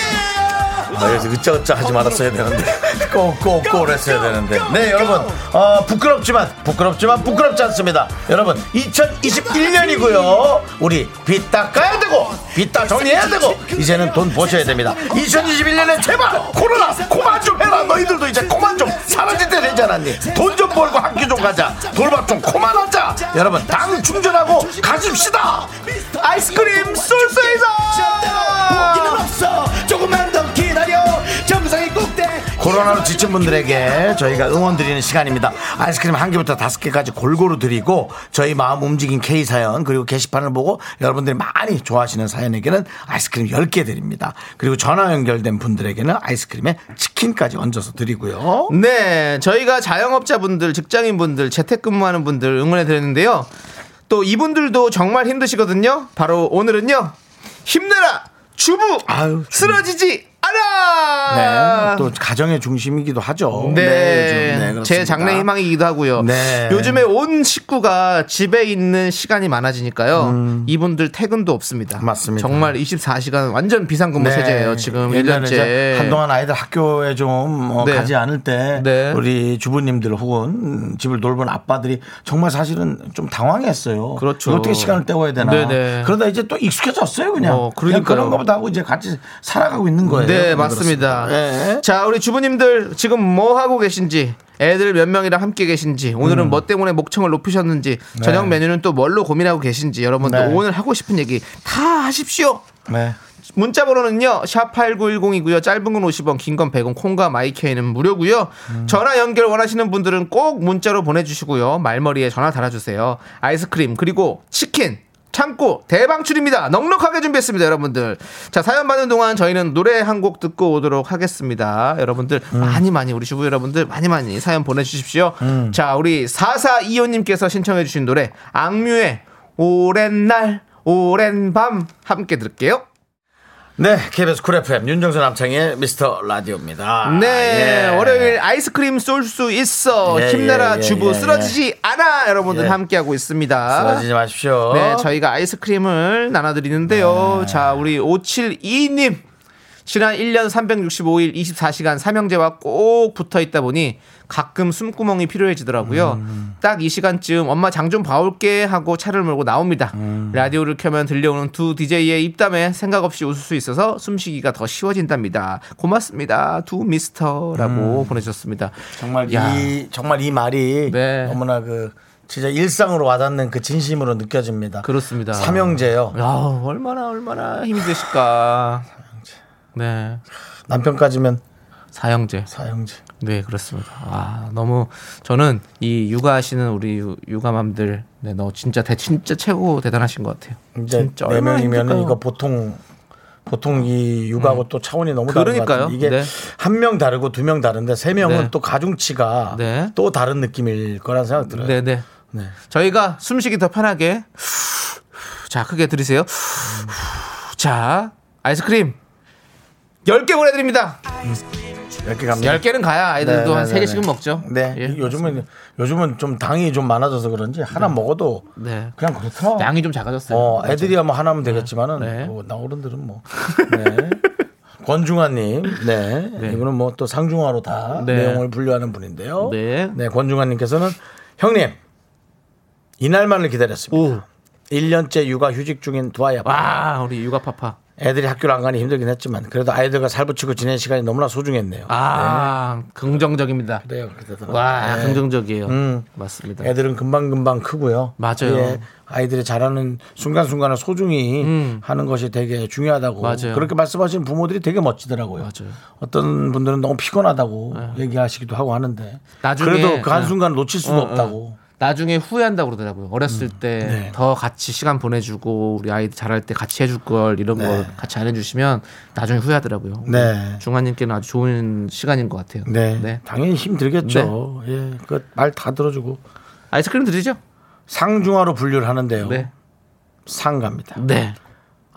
S1: 아, 여기서 으짜으짜 하지 말았어야 되는데 꼬꼬꼬를 했어야 되는데 네 여러분 어, 부끄럽지만 부끄럽지만 부끄럽지 않습니다 여러분 2021년이고요 우리 빚다 까야 되고 빚다 정리해야 되고 어, 이제는 돈 버셔야 됩니다 2021년에 제발 코로나 그만 좀 해라 너희들도 이제 그만 좀 사라질 때 되지 않았니 돈 좀 벌고 학교 좀 가자 돌밥 좀 그만하자 여러분 당 충전하고 가십시다 아이스크림 쏠쏠이다
S8: 포기는 없어 조금만 더 기다려 정상의 꼭대
S1: 코로나로 지친 분들에게 저희가 응원 드리는 시간입니다. 아이스크림 한 개부터 다섯 개까지 골고루 드리고 저희 마음 움직인 K 사연 그리고 게시판을 보고 여러분들이 많이 좋아하시는 사연에게는 아이스크림 열 개 드립니다. 그리고 전화 연결된 분들에게는 아이스크림에 치킨까지 얹어서 드리고요.
S2: 네, 저희가 자영업자분들, 직장인분들, 재택근무하는 분들 응원해 드렸는데요. 또 이분들도 정말 힘드시거든요. 바로 오늘은요. 힘내라! 주부!
S1: 아유, 주부.
S2: 쓰러지지
S1: 네,
S2: 않아!
S1: 또 가정의 중심이기도 하죠.
S2: 네,
S1: 요즘. 네,
S2: 제
S1: 그렇습니다.
S2: 장래 희망이기도 하고요.
S1: 네.
S2: 요즘에 온 식구가 집에 있는 시간이 많아지니까요. 이분들 퇴근도 없습니다.
S1: 음. 맞습니다.
S2: 정말 24시간 완전 비상근무
S1: 네.
S2: 체제예요. 지금
S1: 예전에 이제
S2: 1년째.
S1: 한동안 아이들 학교에 좀 어,
S2: 네.
S1: 가지 않을 때
S2: 네.
S1: 우리 주부님들 혹은 집을 돌본 아빠들이 정말 사실은 좀 당황했어요.
S2: 그렇죠.
S1: 이거 어떻게 시간을 때워야 되나.
S2: 네네.
S1: 그러다 이제 또 익숙해졌어요 그냥.
S2: 어,
S1: 그냥
S2: 그러니까요.
S1: 그런 거보다 하고 이제 같이 살아가고 있는 거예요.
S2: 네,
S1: 그런
S2: 맞습니다. 네.
S1: 그렇습니다. 예.
S2: 자, 우리 주부님들 지금 뭐 하고 계신지, 애들 몇 명이랑 함께 계신지, 오늘은 뭐 때문에 목청을 높이셨는지, 저녁 메뉴는 또 뭘로 고민하고 계신지, 여러분들
S1: 네.
S2: 오늘 하고 싶은 얘기 다 하십시오.
S1: 네.
S2: 문자 번호는요. 샵 8910이고요. 짧은 건 50원, 긴 건 100원, 콩과 마이케이는 무료고요. 전화 연결 원하시는 분들은 꼭 문자로 보내 주시고요. 말머리에 전화 달아 주세요. 아이스크림 그리고 치킨 참고 대방출입니다. 넉넉하게 준비했습니다, 여러분들. 자, 사연 받는 동안 저희는 노래 한 곡 듣고 오도록 하겠습니다. 여러분들 많이 많이 우리 주부 여러분들 많이 많이 사연 보내 주십시오. 자, 우리 4425 님께서 신청해 주신 노래 악뮤의 오랜 날 오랜 밤 함께 들을게요.
S1: 네, KBS 쿨 FM 윤정수 남창의 미스터 라디오입니다.
S2: 네,
S1: 예.
S2: 월요일 아이스크림 쏠 수 있어.
S1: 예,
S2: 힘내라
S1: 예,
S2: 주부
S1: 예, 예.
S2: 쓰러지지 않아. 여러분들
S1: 예.
S2: 함께하고 있습니다.
S1: 쓰러지지 마십시오.
S2: 네, 저희가 아이스크림을 나눠드리는데요. 자, 우리 5722님. 지난 1년 365일 24시간 삼형제와 꼭 붙어 있다 보니 가끔 숨구멍이 필요해지더라고요. 딱 이 시간쯤 엄마 장 좀 봐올게 하고 차를 몰고 나옵니다. 라디오를 켜면 들려오는 두 DJ의 입담에 생각 없이 웃을 수 있어서 숨쉬기가 더 쉬워진답니다. 고맙습니다. 두 미스터라고 보내주셨습니다.
S1: 정말
S2: 야.
S1: 이 정말 이 말이
S2: 네.
S1: 너무나 그 진짜 일상으로 와닿는 그 진심으로 느껴집니다.
S2: 그렇습니다.
S1: 삼형제요.
S2: 야, 얼마나 얼마나 힘이 드실까. 네.
S1: 남편까지면
S2: 사형제.
S1: 사형제.
S2: 네, 그렇습니다. 아, 너무 저는 이 육아하시는 우리 유- 육아맘들 네, 너 진짜 대 진짜 최고 대단하신 것 같아요.
S1: 이제
S2: 진짜
S1: 네
S2: 얼마나
S1: 명이면
S2: 힘들까요? 음.
S1: 이거 보통 보통 이 육아하고 또 차원이 너무 다른 것
S2: 그러니까요.
S1: 같아요. 이게
S2: 네.
S1: 한 명 다르고 두 명 다른데 세 명은
S2: 네.
S1: 또 가중치가
S2: 네.
S1: 또 다른 느낌일 거란 생각 들어요.
S2: 네, 네.
S1: 네.
S2: 저희가 숨쉬기 더 편하게 자, 크게 들이세요. 자, 아이스크림 10개 보내 드립니다.
S1: 이렇게 갑니다.
S2: 10개는 가야 아이들도
S1: 네,
S2: 한
S1: 네,
S2: 세개씩
S1: 네,
S2: 은
S1: 네.
S2: 먹죠.
S1: 네.
S2: 예,
S1: 요즘은 요즘은 좀 당이 좀 많아져서 그런지 하나 먹어도
S2: 네.
S1: 그냥 그렇더라.
S2: 양이 좀 작아졌어요.
S1: 어, 애들이야 뭐 하나면 되겠지만은
S2: 그렇죠. 네.
S1: 뭐, 나 어른들은 뭐. 네. 권중환님, 네. 이분은 뭐 또 상중하로 다
S2: 네.
S1: 내용을 분류하는 분인데요.
S2: 네.
S1: 권중환님께서는 형님 이날만을 기다렸습니다.
S2: 오.
S1: 1년째 육아 휴직 중인 두 아이 아빠.
S2: 와, 우리 육아 파파.
S1: 애들이 학교를 안 가니 힘들긴 했지만 그래도 아이들과 살붙이고 지낸 시간이 너무나 소중했네요.
S2: 아, 긍정적입니다.
S1: 그래요, 그래도.
S2: 와,
S1: 네.
S2: 긍정적이에요.
S1: 음.
S2: 맞습니다.
S1: 애들은 금방금방 크고요. 예,
S2: 맞아요.
S1: 아이들이 자라는 순간순간을 소중히
S2: 음.
S1: 하는 것이 되게 중요하다고.
S2: 맞아요.
S1: 그렇게 말씀하시는 부모들이 되게 멋지더라고요.
S2: 맞아요. 네.
S1: 어떤 분들은 너무 피곤하다고 얘기하시기도 하고 하는데
S2: 나중에
S1: 그래도 그
S2: 네.
S1: 한순간 놓칠 수가
S2: 어, 어.
S1: 없다고.
S2: 나중에 후회한다고 그러더라고요. 어렸을 때
S1: 네.
S2: 더 같이 시간 보내주고 우리 아이 자랄 때 같이 해줄 걸 이런 걸 같이 안 해주시면 나중에 후회하더라고요.
S1: 네.
S2: 중환님께는 아주 좋은 시간인 것 같아요.
S1: 네. 당연히 힘들겠죠.
S2: 네.
S1: 예. 그 말 다 들어주고
S2: 아이스크림 드리죠?
S1: 상중하로 분류를 하는데요.
S2: 네.
S1: 상갑니다.
S2: 네.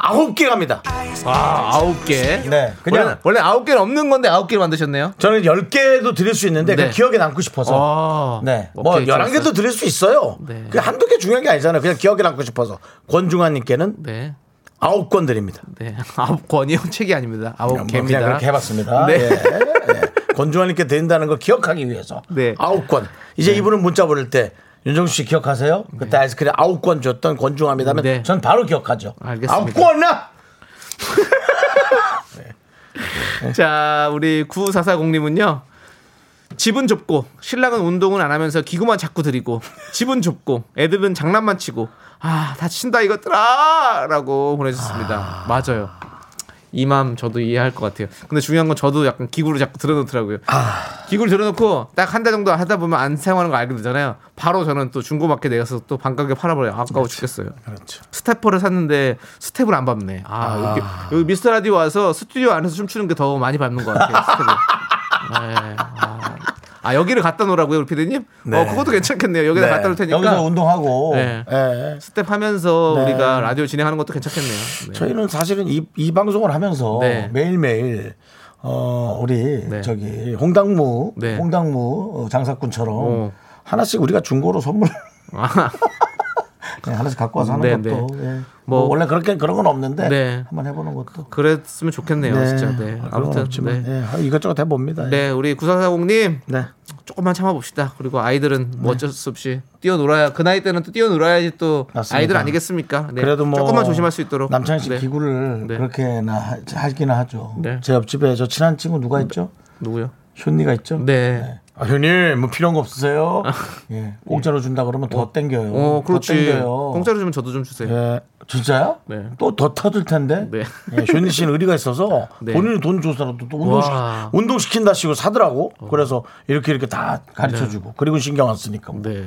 S1: 아홉 개 갑니다.
S2: 아, 아홉 개.
S1: 네. 그냥
S2: 원래, 원래 아홉 개는 없는 건데 아홉 개를 만드셨네요.
S1: 저는 열개도 드릴 수 있는데
S2: 네.
S1: 그 기억에 남고 싶어서
S2: 아.
S1: 네. 뭐
S2: 오케이, 좋았어요.
S1: 11개도 드릴 수 있어요.
S2: 네.
S1: 그 한두 개 중요한 게 아니잖아요. 그냥 기억에 남고 싶어서. 권중환 님께는
S2: 네.
S1: 아홉 권 드립니다.
S2: 네. 아홉 권이요? 책이 아닙니다. 아홉
S1: 뭐 그냥
S2: 개입니다.
S1: 그렇게 해 봤습니다.
S2: 네.
S1: 예. 예. 권중환 님께 드린다는 걸 기억하기 위해서.
S2: 네.
S1: 아홉 권. 이제 이분은 문자 보낼 때 윤정수 씨 기억하세요? 그때 아이스크림 아홉 권 줬던 권중환이라면
S2: 네.
S1: 전 바로 기억하죠.
S2: 알겠습니다.
S1: 아홉 권이나
S2: 자, 우리 9440님은요. 집은 좁고 신랑은 운동은 안 하면서 기구만 자꾸 들이고 집은 좁고 애들은 장난만 치고 아 다친다 이것들아라고 보내주셨습니다. 맞아요. 이 맘 저도 이해할 것 같아요. 근데 중요한 건 저도 약간 기구를 자꾸 들어놓더라고요.
S1: 아.
S2: 기구를 들어놓고 딱 한 달 정도 하다 보면 안 사용하는 거 알게 되잖아요. 바로 저는 또 중고마켓 내가서 또 반값에 팔아버려요. 아까워 죽겠어요.
S1: 그렇죠.
S2: 스태퍼를 샀는데 스텝을 안 밟네. 아, 여기, 여기 미스터 라디오 와서 스튜디오 안에서 춤추는 게 더 많이 밟는 것 같아요. 스텝을. 네, 아. 아, 여기를 갖다 놓으라고요, 우리 피디님? 어, 그것도 괜찮겠네요. 여기다 갖다 놓을 테니까.
S1: 여기서 운동하고
S2: 네.
S1: 예.
S2: 스텝 하면서
S1: 네.
S2: 우리가 라디오 진행하는 것도 괜찮겠네요. 네.
S1: 저희는 사실은 이, 이 방송을 하면서
S2: 네.
S1: 매일매일 어 우리
S2: 네.
S1: 저기 홍당무
S2: 네.
S1: 홍당무 장사꾼처럼
S2: 어.
S1: 하나씩 우리가 중고로 선물
S2: 아,
S1: 그냥 하나씩 갖고 와서 하는
S2: 네,
S1: 것도
S2: 네.
S1: 예. 뭐,
S2: 뭐-
S1: 원래 그렇게 그런 건 없는데
S2: 네.
S1: 한번 해보는 것도
S2: 그랬으면 좋겠네요, 진짜. 네.
S1: 그런 건
S2: 아무튼.
S1: 없지만
S2: 네.
S1: 예, 아, 이것저것 해봅니다. 예.
S2: 네, 우리 9440님.
S1: 네.
S2: 조금만 참아봅시다. 그리고 아이들은 뭐 어쩔 수 없이 뛰어놀아야 그 나이 때는 또 뛰어놀아야지 또
S1: 맞습니다.
S2: 아이들 아니겠습니까? 네.
S1: 그래도 뭐
S2: 조금만 조심할 수 있도록
S1: 남창희 씨
S2: 네.
S1: 기구를
S2: 네.
S1: 그렇게나 하- 하기는 하죠.
S2: 네.
S1: 제 옆집에 저 친한 친구 누가 있죠?
S2: 누구요?
S1: 현니가 있죠?
S2: 네.
S1: 아, 형님, 뭐 필요한 거 없으세요? 예. 공짜로 준다 그러면 더 땡겨요.
S2: 어,
S1: 더
S2: 그렇지.
S1: 뭐 땡겨요.
S2: 공짜로 주면 저도 좀 주세요.
S1: 예. 진짜요?
S2: 네.
S1: 또 더 터질 텐데.
S2: 네.
S1: 예, 쇼니 씨는 의리가 있어서
S2: 네.
S1: 본인이 돈 줘서라도 또 운동
S2: 와. 어.
S1: 운동 시킨다 시고 사더라고. 그래서 이렇게 이렇게 다 가르쳐 주고 그리고 신경 안 쓰니까. 뭐.
S2: 네.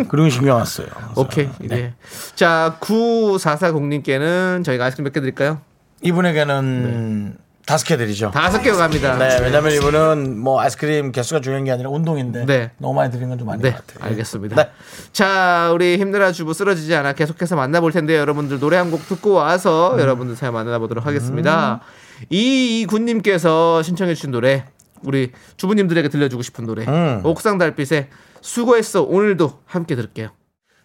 S1: 예, 그리고 신경 안 써요.
S2: 오케이. 네. 자, 9440님께는 저희가 아이스크림 몇 개 드릴까요?
S1: 이분에게는 다섯 개 드리죠.
S2: 네. 다섯 개 갑니다.
S1: 네, 왜냐면 이분은 뭐 아이스크림 개수가 중요한 게 아니라 운동인데
S2: 네.
S1: 너무 많이 드린 건 좀 아닌
S2: 네,
S1: 것 같아요. 예.
S2: 알겠습니다. 자, 우리 힘내라 주부 쓰러지지 않아 계속해서 만나볼 텐데요. 여러분들 노래 한 곡 듣고 와서
S1: 음.
S2: 여러분들 사연 만나보도록 하겠습니다. 이 군님께서 신청해주신 노래, 우리 주부님들에게 들려주고 싶은 노래,
S1: 음.
S2: 옥상 달빛의 수고했어 오늘도 함께 들을게요.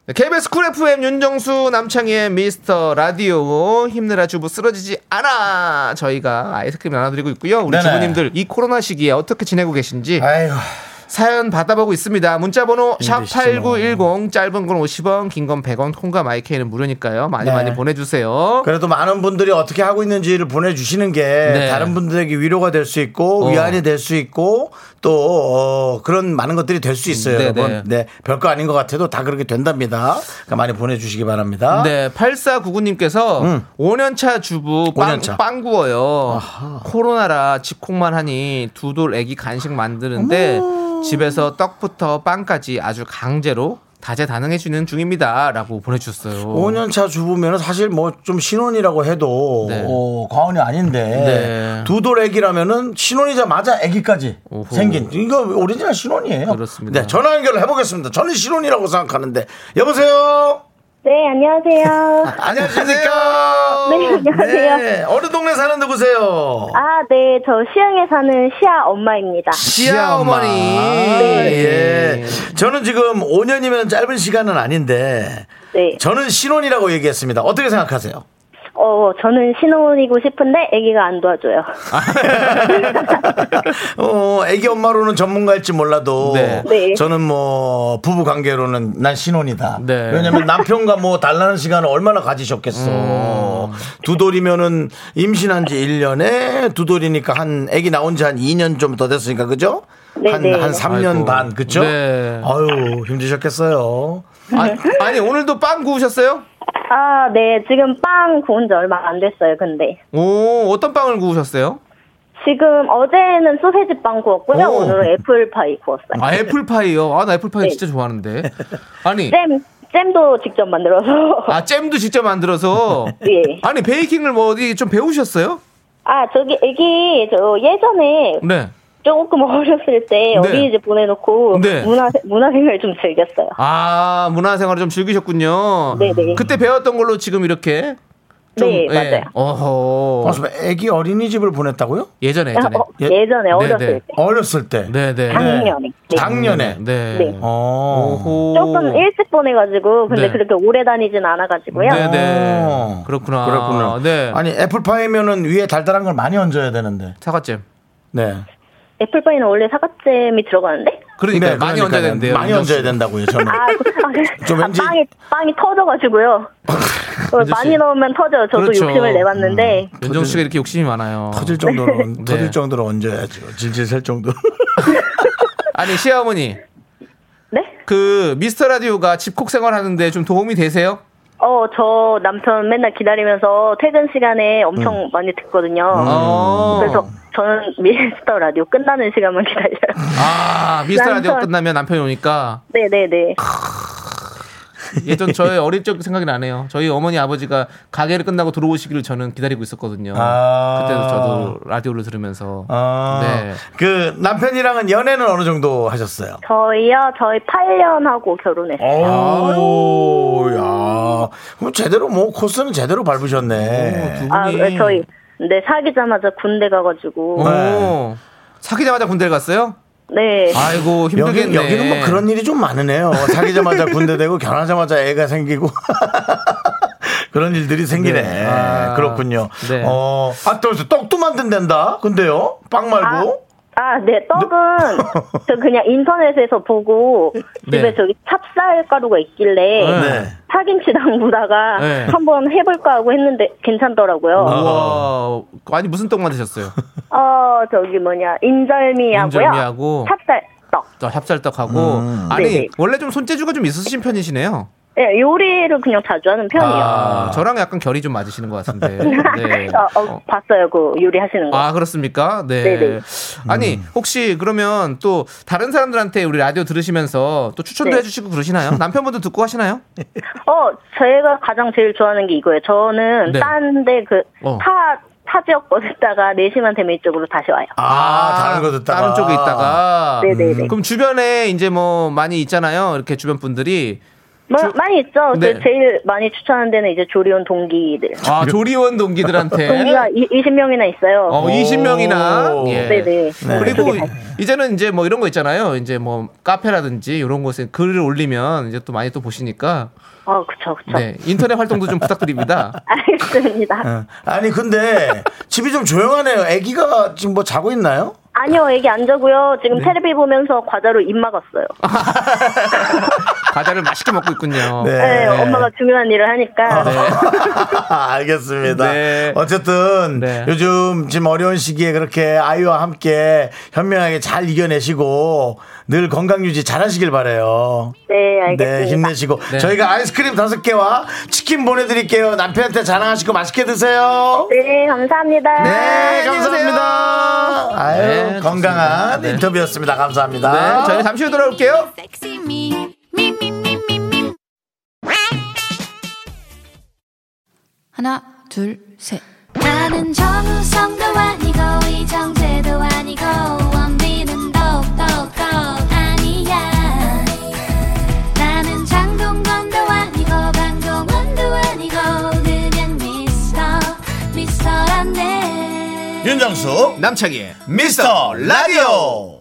S2: 네, KBS 쿨 FM 윤정수 남창희의 미스터 라디오 힘내라 주부 쓰러지지 않아 저희가 아이스크림 나눠드리고 있고요 우리
S1: 네네.
S2: 주부님들 이 코로나 시기에 어떻게 지내고 계신지
S1: 아이고,
S2: 사연 받아보고 있습니다. 문자번호
S1: 힘드시죠. 뭐.
S2: 샵8910 짧은 건 50원, 긴 건 100원, 콩과 마이케이는 무료니까요. 많이
S1: 네.
S2: 많이 보내주세요.
S1: 그래도 많은 분들이 어떻게 하고 있는지를 보내주시는 게 다른 분들에게 위로가 될 수 있고
S2: 네. 어.
S1: 위안이 될 수 있고 또 어, 그런 많은 것들이 될 수 있어요,
S2: 네,
S1: 여러분. 네, 별거 아닌 것 같아도 다 그렇게 된답니다. 그러니까 많이 보내주시기 바랍니다.
S2: 네, 8499님께서
S1: 음.
S2: 5년차 주부 빵,
S1: 5년차.
S2: 빵 구워요. 코로나라 집콕만 하니 두 돌 애기 간식 만드는데 집에서 떡부터 빵까지 아주 강제로 다재다능해지는 중입니다. 라고 보내주셨어요.
S1: 5년차 주부면 사실 뭐 좀 신혼이라고 해도
S2: 네.
S1: 어, 과언이 아닌데
S2: 네.
S1: 두 돌 애기라면은 신혼이자마자 애기까지
S2: 오호.
S1: 생긴 이거 오리지널 신혼이에요.
S2: 그렇습니다.
S1: 네, 전화 연결을 해보겠습니다. 저는 신혼이라고 생각하는데 여보세요.
S6: 네, 안녕하세요.
S1: 안녕하십니까?
S6: 네, 안녕하세요.
S1: 네, 어느 동네 사는 누구세요?
S6: 아, 네, 저 시흥에 사는 시아 엄마입니다.
S2: 시아 어머니.
S1: 예. 저는 지금 5년이면 짧은 시간은 아닌데
S6: 네.
S1: 저는 신혼이라고 얘기했습니다. 어떻게 생각하세요?
S6: 어, 저는 신혼이고 싶은데 아기가 안 도와줘요.
S1: 어, 애기 엄마로는 전문가일지 몰라도
S2: 네.
S6: 네.
S1: 저는 뭐 부부 관계로는 난 신혼이다.
S2: 네.
S1: 왜냐면 남편과 뭐 달라는 시간을 얼마나 가지셨겠어.
S2: 음.
S1: 두 돌이면은 임신한 지 1년에 두 돌이니까 한 애기 나온 지 한 2년 좀 더 됐으니까 그죠?
S6: 네,
S1: 한,
S6: 네.
S1: 한 3년
S2: 아이고.
S1: 반, 그죠?
S2: 네.
S1: 아유, 힘드셨겠어요.
S2: 아니, 아니, 오늘도 빵 구우셨어요?
S6: 아, 네, 지금 빵 구운 지 얼마 안 됐어요, 근데.
S2: 오, 어떤 빵을 구우셨어요?
S6: 지금 어제는 소세지 빵 구웠고요,
S2: 오.
S6: 오. 늘은 애플파이 구웠어요.
S2: 아, 애플파이요. 아, 나 애플파이
S6: 네.
S2: 진짜 좋아하는데. 아니,
S6: 잼, 잼도 직접 만들어서.
S2: 아, 잼도 직접 만들어서.
S6: 예.
S2: 아니, 베이킹을 뭐 어디 좀 배우셨어요?
S6: 아, 저기 애기 저 예전에
S2: 네.
S6: 조금 어렸을 때 어린이집 보내놓고
S2: 네.
S6: 문화 문화생활 좀 즐겼어요.
S2: 아, 문화생활을 좀 즐기셨군요.
S6: 네네.
S2: 그때 배웠던 걸로 지금 이렇게. 좀,
S6: 네,
S2: 예.
S6: 맞아요.
S2: 어허.
S1: 어, 저 애기 어린이집을 보냈다고요?
S2: 예전에,
S6: 아,
S2: 예전에.
S6: 어,
S1: 예-
S6: 예전에 어렸을
S2: 네.
S6: 때
S1: 어렸을 때.
S2: 네네.
S6: 작년에 네.
S1: 작년에.
S2: 네.
S6: 네.
S1: 어.
S2: 오호.
S6: 조금 일찍 보내가지고 근데
S2: 네.
S6: 그렇게 오래 다니진 않아가지고요.
S2: 네네.
S1: 어.
S2: 그렇구나.
S1: 그렇구나.
S2: 네.
S1: 아니 애플파이면은 위에 달달한 걸 많이 얹어야 되는데.
S2: 사과잼.
S1: 네.
S6: 애플파이는 원래 사과잼이 들어가는데
S2: 그러니까
S1: 네,
S2: 요 많이
S1: 그러니까요.
S2: 얹어야 된대요.
S1: 많이
S2: 윤정 씨.
S1: 얹어야 된다고요. 저는.
S6: 아, 그- 아, 그-
S1: 좀
S6: 아,
S1: 왠지-
S6: 빵이 빵이 터져가지고요. 어, 많이 넣으면 터져. 저도
S2: 그렇죠. 음.
S6: 욕심을 내봤는데
S2: 윤정 씨가 이렇게 욕심이 많아요.
S1: 터질 정도로 얹-
S2: 네.
S1: 터질 정도로 얹어야죠. 질질 셀 정도.
S2: 아니 시아어머니
S6: 네.
S2: 그 미스터 라디오가 집콕 생활하는데 좀 도움이 되세요?
S6: 어, 저 남편 맨날 기다리면서 퇴근 시간에 엄청
S2: 음.
S6: 많이 듣거든요.
S2: 어.
S6: 그래서 저는 미스터 라디오 끝나는 시간만 기다려요.
S2: 아 미스터 라디오
S6: 남편.
S2: 끝나면 남편이 오니까
S6: 네네네.
S2: 예전 저의 어릴 적 생각이 나네요. 저희 어머니 아버지가 가게를 끝나고 들어오시기를 저는 기다리고 있었거든요.
S1: 아.
S2: 그때도 저도 라디오를 들으면서
S1: 아.
S2: 네.
S1: 그 남편이랑은 연애는 어느 정도 하셨어요?
S6: 저희요, 저희 8년 하고 결혼했어요.
S1: 오, 야. 그럼 제대로 뭐 코스는 제대로 밟으셨네.
S2: 두 분이
S6: 아, 네, 저희. 네, 사귀자마자 군대 가가지고.
S2: 오,
S1: 네.
S2: 사귀자마자 군대를 갔어요?
S6: 네.
S2: 아이고
S1: 여기,
S2: 힘들겠네.
S1: 여기는 뭐 그런 일이 좀 많으네요. 사귀자마자 군대 되고 결혼하자마자 애가 생기고 그런 일들이 생기네.
S2: 네. 아.
S1: 그렇군요.
S2: 네.
S1: 어, 아, 또 떡도 만든댄다. 근데요? 빵
S6: 아,
S1: 말고?
S6: 아, 네, 떡은 저 그냥 인터넷에서 보고 집에
S2: 네.
S6: 저기 찹쌀가루가
S2: 아.
S6: 있길래
S1: 네.
S6: 파김치 담그다가
S2: 네.
S6: 한번 해볼까 하고 했는데 괜찮더라고요.
S2: 우와 아니 무슨 떡 만드셨어요?
S6: 어 저기 뭐냐 인절미하고요.
S2: 인절미하고.
S6: 찹쌀떡.
S2: 저 찹쌀떡하고
S1: 음.
S2: 아니
S6: 네네.
S2: 원래 좀 손재주가 좀 있으신 편이시네요.
S6: 예, 요리를 그냥 자주 하는 편이요. 아,
S2: 아, 저랑 약간 결이 좀 맞으시는 것 같은데. 네.
S6: 어,
S2: 어.
S6: 봤어요 그 요리하시는 거.
S2: 아 그렇습니까? 네.
S6: 네네.
S2: 아니
S1: 음.
S2: 혹시 그러면 또 다른 사람들한테 우리 라디오 들으시면서 또 추천도
S6: 네.
S2: 해주시고 그러시나요? 남편분도 듣고 하시나요?
S6: 어 제가 가장 제일 좋아하는 게 이거예요. 저는
S2: 네.
S6: 딴 데그
S2: 어.
S6: 타 타지역 거 듣다가 4시만 되면 이쪽으로 다시 와요.
S1: 아, 다른 거 듣다가.
S2: 다른 쪽에 있다가. 음.
S6: 네네네.
S2: 그럼 주변에 이제 뭐 많이 있잖아요. 이렇게 주변 분들이
S6: 마- 많이 있죠.
S2: 네.
S6: 그 제일 많이 추천하는 데는 이제 조리원 동기들.
S2: 아 조리원 동기들한테
S6: 동기가 이 20명이나 있어요.
S2: 어 20명이나 예.
S1: 오.
S6: 네네.
S2: 그리고
S6: 그쪽에 다-
S2: 이제는 이제 뭐 이런 거 있잖아요. 이제 뭐 카페라든지 이런 곳에 글을 올리면 이제 또 많이 또 보시니까
S6: 아, 그쵸, 그쵸.
S2: 네 인터넷 활동도 좀 부탁드립니다.
S6: 알겠습니다.
S1: 어. 아니, 근데 집이 좀 조용하네요. 아기가 지금 뭐 자고 있나요?
S6: 아니요, 애기 안 자고요. 지금 테레비 보면서 과자로 입 막았어요.
S2: 과자를 맛있게 먹고 있군요.
S1: 네.
S6: 네, 엄마가 중요한 일을 하니까.
S1: 알겠습니다.
S2: 네.
S1: 어쨌든
S2: 네.
S1: 요즘 지금 어려운 시기에 그렇게 아이와 함께 현명하게 잘 이겨내시고 늘 건강 유지 잘 하시길 바래요.
S6: 네,
S1: 네,
S6: 알겠습니다.
S1: 힘내시고
S2: 네.
S1: 저희가 아이스크림 다섯 개와 치킨 보내 드릴게요. 남편한테 자랑하시고 맛있게 드세요.
S6: 네, 감사합니다.
S1: 네,
S2: 안녕히
S1: 감사합니다. 아유,
S2: 네,
S1: 건강한
S2: 좋습니다. 네.
S1: 인터뷰였습니다. 감사합니다.
S2: 네, 저희는 잠시 후 돌아올게요.
S9: 하나, 둘, 셋. 나는 정우성도 아니고 이정재도 아니고 원빈은 더욱더 아니야. 나는 장동건도 아니고 강동원도 아니고 그냥 미스터 미스터란데.
S1: 윤정수
S2: 남창희.
S1: 미스터 라디오.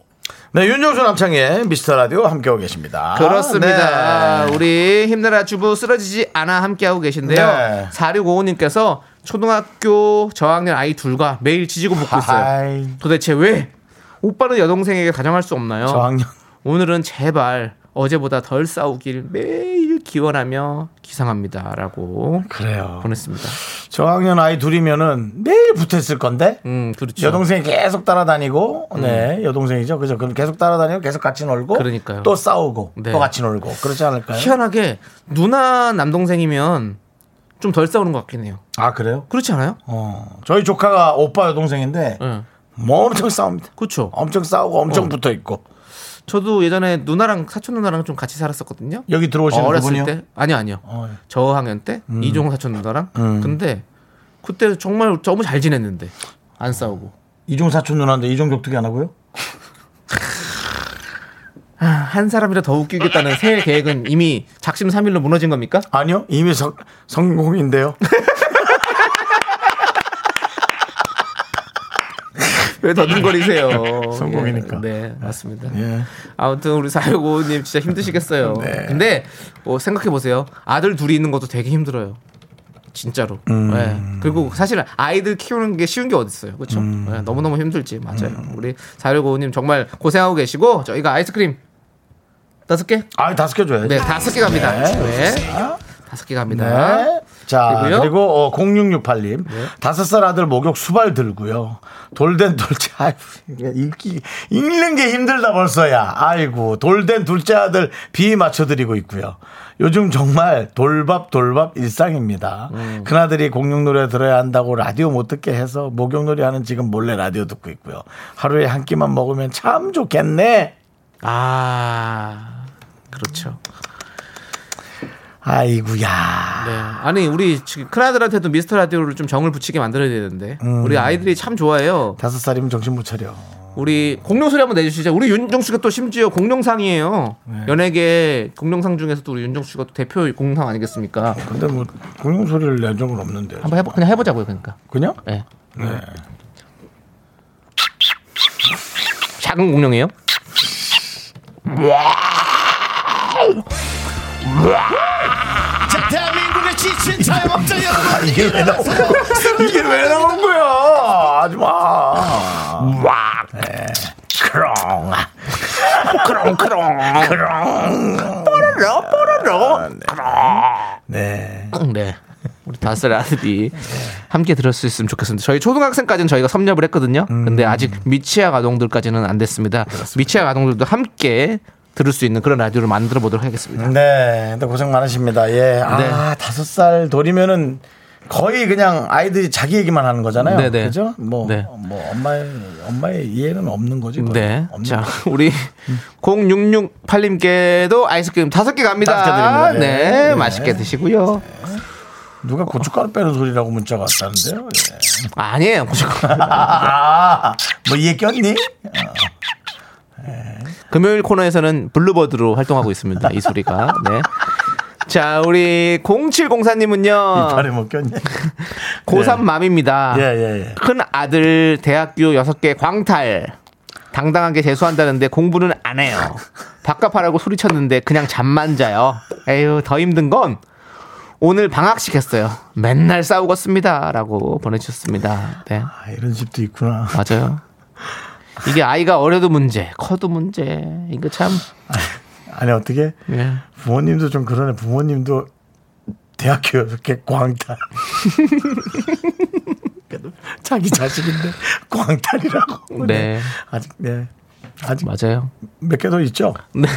S1: 네, 윤정수 남창의 미스터 라디오 함께하고 계십니다.
S2: 그렇습니다.
S1: 네.
S2: 아, 우리 힘내라 주부 쓰러지지 않아 함께하고 계신데요.
S1: 네.
S2: 4655님께서 초등학교 저학년 아이 둘과 매일 지지고 볶고 있어요.
S1: 아이.
S2: 도대체 왜 오빠는 여동생에게 가정할 수 없나요?
S1: 저학년.
S2: 오늘은 제발 어제보다 덜 싸우길 매일 기원하며 기상합니다라고
S1: 그래요.
S2: 보냈습니다.
S1: 저학년 아이 둘이면은 매일 붙어있을 건데
S2: 음 그렇죠.
S1: 여동생이 계속 따라다니고 네 여동생이죠 그죠 그럼 계속 따라다니고 계속 같이 놀고
S2: 음. 그러니까요.
S1: 또 싸우고
S2: 네.
S1: 또 같이 놀고 그렇지 않을까요?
S2: 희한하게 누나 남동생이면 좀 덜 싸우는 것 같긴 해요.
S1: 아 그래요?
S2: 그렇지 않아요?
S1: 어 저희 조카가 오빠 여동생인데
S2: 예.
S1: 뭐 엄청 싸웁니다.
S2: 그렇죠.
S1: 엄청 싸우고 엄청 붙어 있고
S2: 저도 예전에 누나랑 사촌 누나랑 좀 같이 살았었거든요.
S1: 여기 들어오시는
S2: 어렸을
S1: 분이요?
S2: 때 아니요 아니요
S1: 어, 음.
S2: 저학년 때 이종호 사촌 누나랑 근데 그때 정말 너무 잘 지냈는데 안 싸우고
S1: 이종 사촌 누나인데 이종 격투기 안 하고요?
S2: 아, 한 사람이라 더 웃기겠다는 새해 계획은 이미 작심삼일로 무너진 겁니까?
S1: 아니요 이미 성, 성공인데요.
S2: 왜 더듬거리세요?
S1: 성공이니까.
S2: 예, 네 맞습니다.
S1: 예. 네.
S2: 아무튼 우리 사유고님 진짜 힘드시겠어요. 근데 뭐 생각해 보세요. 아들 둘이 있는 것도 되게 힘들어요. 진짜로.
S1: 음.
S2: 예. 그리고 사실 아이들 키우는 게 쉬운 게 어딨어요. 그렇죠?
S1: 음.
S2: 너무 너무 힘들지 맞아요. 우리 사유고님 정말 고생하고 계시고 저희가 아이스크림 다섯 개?
S1: 아 다섯 개 줘야죠.
S2: 네 다섯 개 갑니다. 네. 다섯 개 갑니다.
S1: 네. 자,
S2: 그리고요? 네.
S1: 그리고 어, 0668님. 다섯 살 아들 목욕 수발 들고요. 돌된 둘째, 아이 읽기, 읽는 게 힘들다 벌써야. 아이고, 돌된 둘째 아들 비 맞춰드리고 있고요. 요즘 정말 돌밥 돌밥 일상입니다.
S2: 음.
S1: 큰아들이 공룡 노래 들어야 한다고 라디오 못 듣게 해서 목욕 놀이 하는 지금 몰래 라디오 듣고 있고요. 하루에 한 끼만 먹으면 참 좋겠네.
S2: 아 그렇죠.
S1: 아이구야.
S2: 네. 아니 우리 지금 큰아들한테도 미스터 라디오를 좀 정을 붙이게 만들어야 되는데
S1: 음, 네.
S2: 우리 아이들이 참 좋아해요.
S1: 다섯 살이면 정신 못 차려.
S2: 우리 공룡 소리 한번 내주시죠. 우리 윤정수가 또 심지어 공룡상이에요.
S1: 네.
S2: 연예계 공룡상 중에서도 우리 윤정수가 또 대표 공룡상 아니겠습니까?
S1: 근데 뭐 공룡 소리를 낸 적은 없는데.
S2: 한번 해보 그냥 해보자고요, 그러니까.
S1: 그냥? 네.
S2: 예. 작은 공룡이에요?
S8: 자 대한민국의 지친 자영업자 여러분
S1: 이게 왜 나온 거야? 이게 왜 나온 거야? 아줌마. 와. 네. 크롱. 크롱, 크롱. 크롱. 뽀로로, 뽀로로. 크롱. 네.
S2: 네. 우리 다섯 살 아들이 함께 들었으면 좋겠습니다. 저희 초등학생까지는 저희가 섭렵을 했거든요. 근데
S1: 음.
S2: 아직 미취학 아동들까지는 안 됐습니다. 미취학 아동들도 함께 들을 수 있는 그런 라디오를 만들어 보도록 하겠습니다.
S1: 네. 근데 고생 많으십니다. 예.
S2: 네.
S1: 아, 다섯 살 돌이면은 거의 그냥 아이들이 자기 얘기만 하는 거잖아요.
S2: 네네.
S1: 그죠? 뭐,
S2: 네.
S1: 뭐, 엄마의, 엄마의 이해는 없는 거지. 거의.
S2: 네.
S1: 음. 없는 음.
S2: 자,
S1: 거지.
S2: 우리 0668님께도 아이스크림 다섯 개 갑니다.
S1: 다섯 개 드립니다.
S2: 네.
S1: 네.
S2: 맛있게 드시고요.
S1: 누가 고춧가루 빼는 소리라고 문자가 왔다는데요. 예.
S2: 아니에요. 무조건.
S1: 아, 뭐 이해 꼈니?
S2: 금요일 코너에서는 블루버드로 활동하고 있습니다. 이 소리가. 네. 자, 우리 0704님은요.
S1: 발에 못 꼈니?
S2: 고3 맘입니다.
S1: 네. 예, 예, 예.
S2: 큰 아들 대학교 6개 광탈. 당당하게 재수한다는데 공부는 안 해요. 바깥하라고 소리쳤는데 그냥 잠만 자요. 에휴, 더 힘든 건 오늘 방학식 했어요. 맨날 싸우겠습니다. 라고 보내주셨습니다. 네.
S1: 아, 이런 집도 있구나.
S2: 맞아요. 이게 아이가 어려도 문제, 커도 문제. 이거 참.
S1: 아니, 어떻게?
S2: 예.
S1: 부모님도 좀 그러네. 부모님도 대학교 이렇게 광탈. 그래도 자기 자식인데 광탈이라고.
S2: 네.
S1: 아직, 네. 아직
S2: 맞아요.
S1: 몇 개 더 있죠?
S2: 네.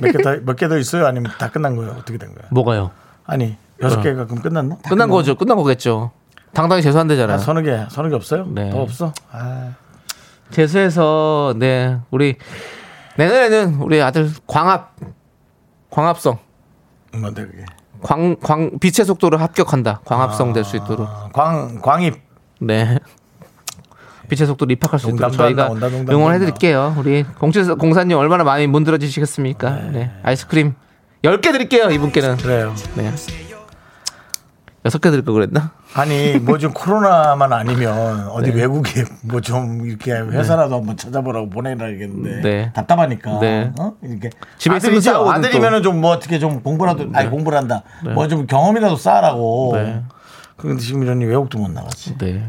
S1: 몇 개 더 몇 개 더 있어요? 아니면 다 끝난 거예요? 어떻게 된 거예요?
S2: 뭐가요?
S1: 아니, 여섯 개가 그럼 끝났나? 다
S2: 어. 끝난 거죠. 끝난 거겠죠. 당당히
S1: 아,
S2: 재수한대잖아요.
S1: 서너 개, 서너 개 없어요?
S2: 네.
S1: 더 없어? 아,
S2: 재수해서 네 우리 내년에는 우리 아들 광합 광합성
S1: 뭔데 그게?
S2: 광 광 빛의 속도로 합격한다. 광합성 될 수 있도록
S1: 아, 광 광입
S2: 네. 빛의 속도로 입학할 수 있도록
S1: 농담도 안
S2: 저희가
S1: 나온다, 농담도
S2: 응원해드릴게요. 우리 공채 공사님 얼마나 많이 문드러지시겠습니까? 네. 아이스크림 10개 드릴게요, 이분께는.
S1: 그래요.
S2: 네. 6개 드릴 걸 그랬나?
S1: 아니 뭐 좀 코로나만 아니면 어디 외국에 뭐 좀 이렇게 회사라도 한번 찾아보라고 보내라겠는데
S2: 네.
S1: 답답하니까
S2: 네.
S1: 어? 이렇게
S2: 집에 있으면
S1: 아들이죠?
S2: 싸우거든,
S1: 아들이면은 좀 뭐 어떻게 좀 공부라도 아니 공부란다 뭐 좀 경험이라도 쌓으라고
S2: 네.
S1: 그런데 지금 이러니 외국도 못 나가지
S2: 네.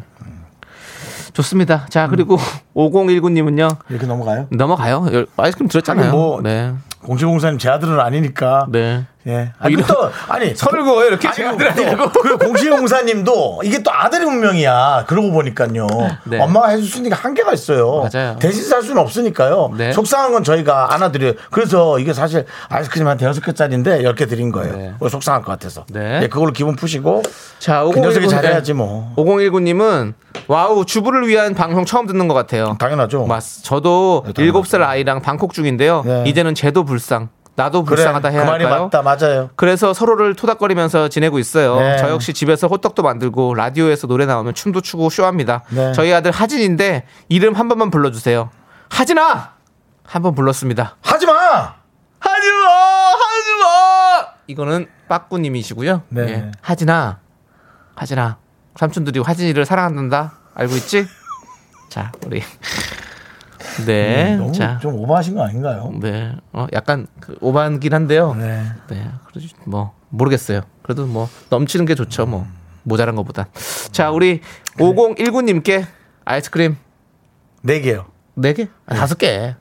S2: 좋습니다. 자,
S1: 음.
S2: 그리고 5019님은요.
S1: 이렇게 넘어가요?
S2: 넘어가요. 열- 아이스크림 드렸잖아요.
S1: 아니, 뭐-
S2: 네.
S1: 공시공사님 제 아들은 아니니까
S2: 네.
S1: 예 아니
S2: 이런-
S1: 또 아니
S2: 선을 그어요, 이렇게
S1: 아니,
S2: 제 아들
S1: 또, 그 공시공사님도 이게 또 아들의 운명이야. 그러고 보니까요.
S2: 네.
S1: 엄마가 해줄 수 있는 게 한계가 있어요.
S2: 맞아요.
S1: 대신 살 수는 없으니까요.
S2: 네.
S1: 속상한 건 저희가 안아드려요. 그래서 이게 사실 아이스크림 한 대여섯 개짜리인데 열 개 드린 거예요.
S2: 네.
S1: 그거 속상할 것 같아서.
S2: 네.
S1: 예, 그걸로 기분 푸시고.
S2: 자,
S1: 그 녀석이
S2: 5019
S1: 잘해야지 뭐.
S2: 5019님은 와우, 주부를 위한 방송 처음 듣는 것 같아요.
S1: 당연하죠.
S2: 맞. 저도
S1: 네, 당연하죠.
S2: 일곱 살 아이랑 방콕 중인데요.
S1: 네.
S2: 이제는 쟤도 불쌍. 나도
S1: 그래,
S2: 불쌍하다 해야
S1: 그 말이
S2: 할까요?
S1: 맞다. 맞아요.
S2: 그래서 서로를 토닥거리면서 지내고 있어요.
S1: 네.
S2: 저 역시 집에서 호떡도 만들고 라디오에서 노래 나오면 춤도 추고 쇼합니다.
S1: 네.
S2: 저희 아들 하진인데 이름 한 번만 불러주세요. 하진아 한 번 불렀습니다.
S1: 하지 마!
S2: 하지마 하지마 이거는 빠꾸님이시고요.
S1: 네.
S2: 예. 하진아 하진아 삼촌들이 하진이를 사랑한단다 알고 있지? 자 우리 네
S1: 음, 너무
S2: 자.
S1: 좀 오버하신 거 아닌가요?
S2: 네, 어, 약간 그 오반긴 한데요. 네,
S1: 네.
S2: 그래도 뭐 모르겠어요. 그래도 뭐 넘치는 게 좋죠. 뭐 모자란 것보다. 자, 우리 5019님께 아이스크림
S1: 네 개요.
S2: 4개? 아,
S1: 네.
S2: 5개.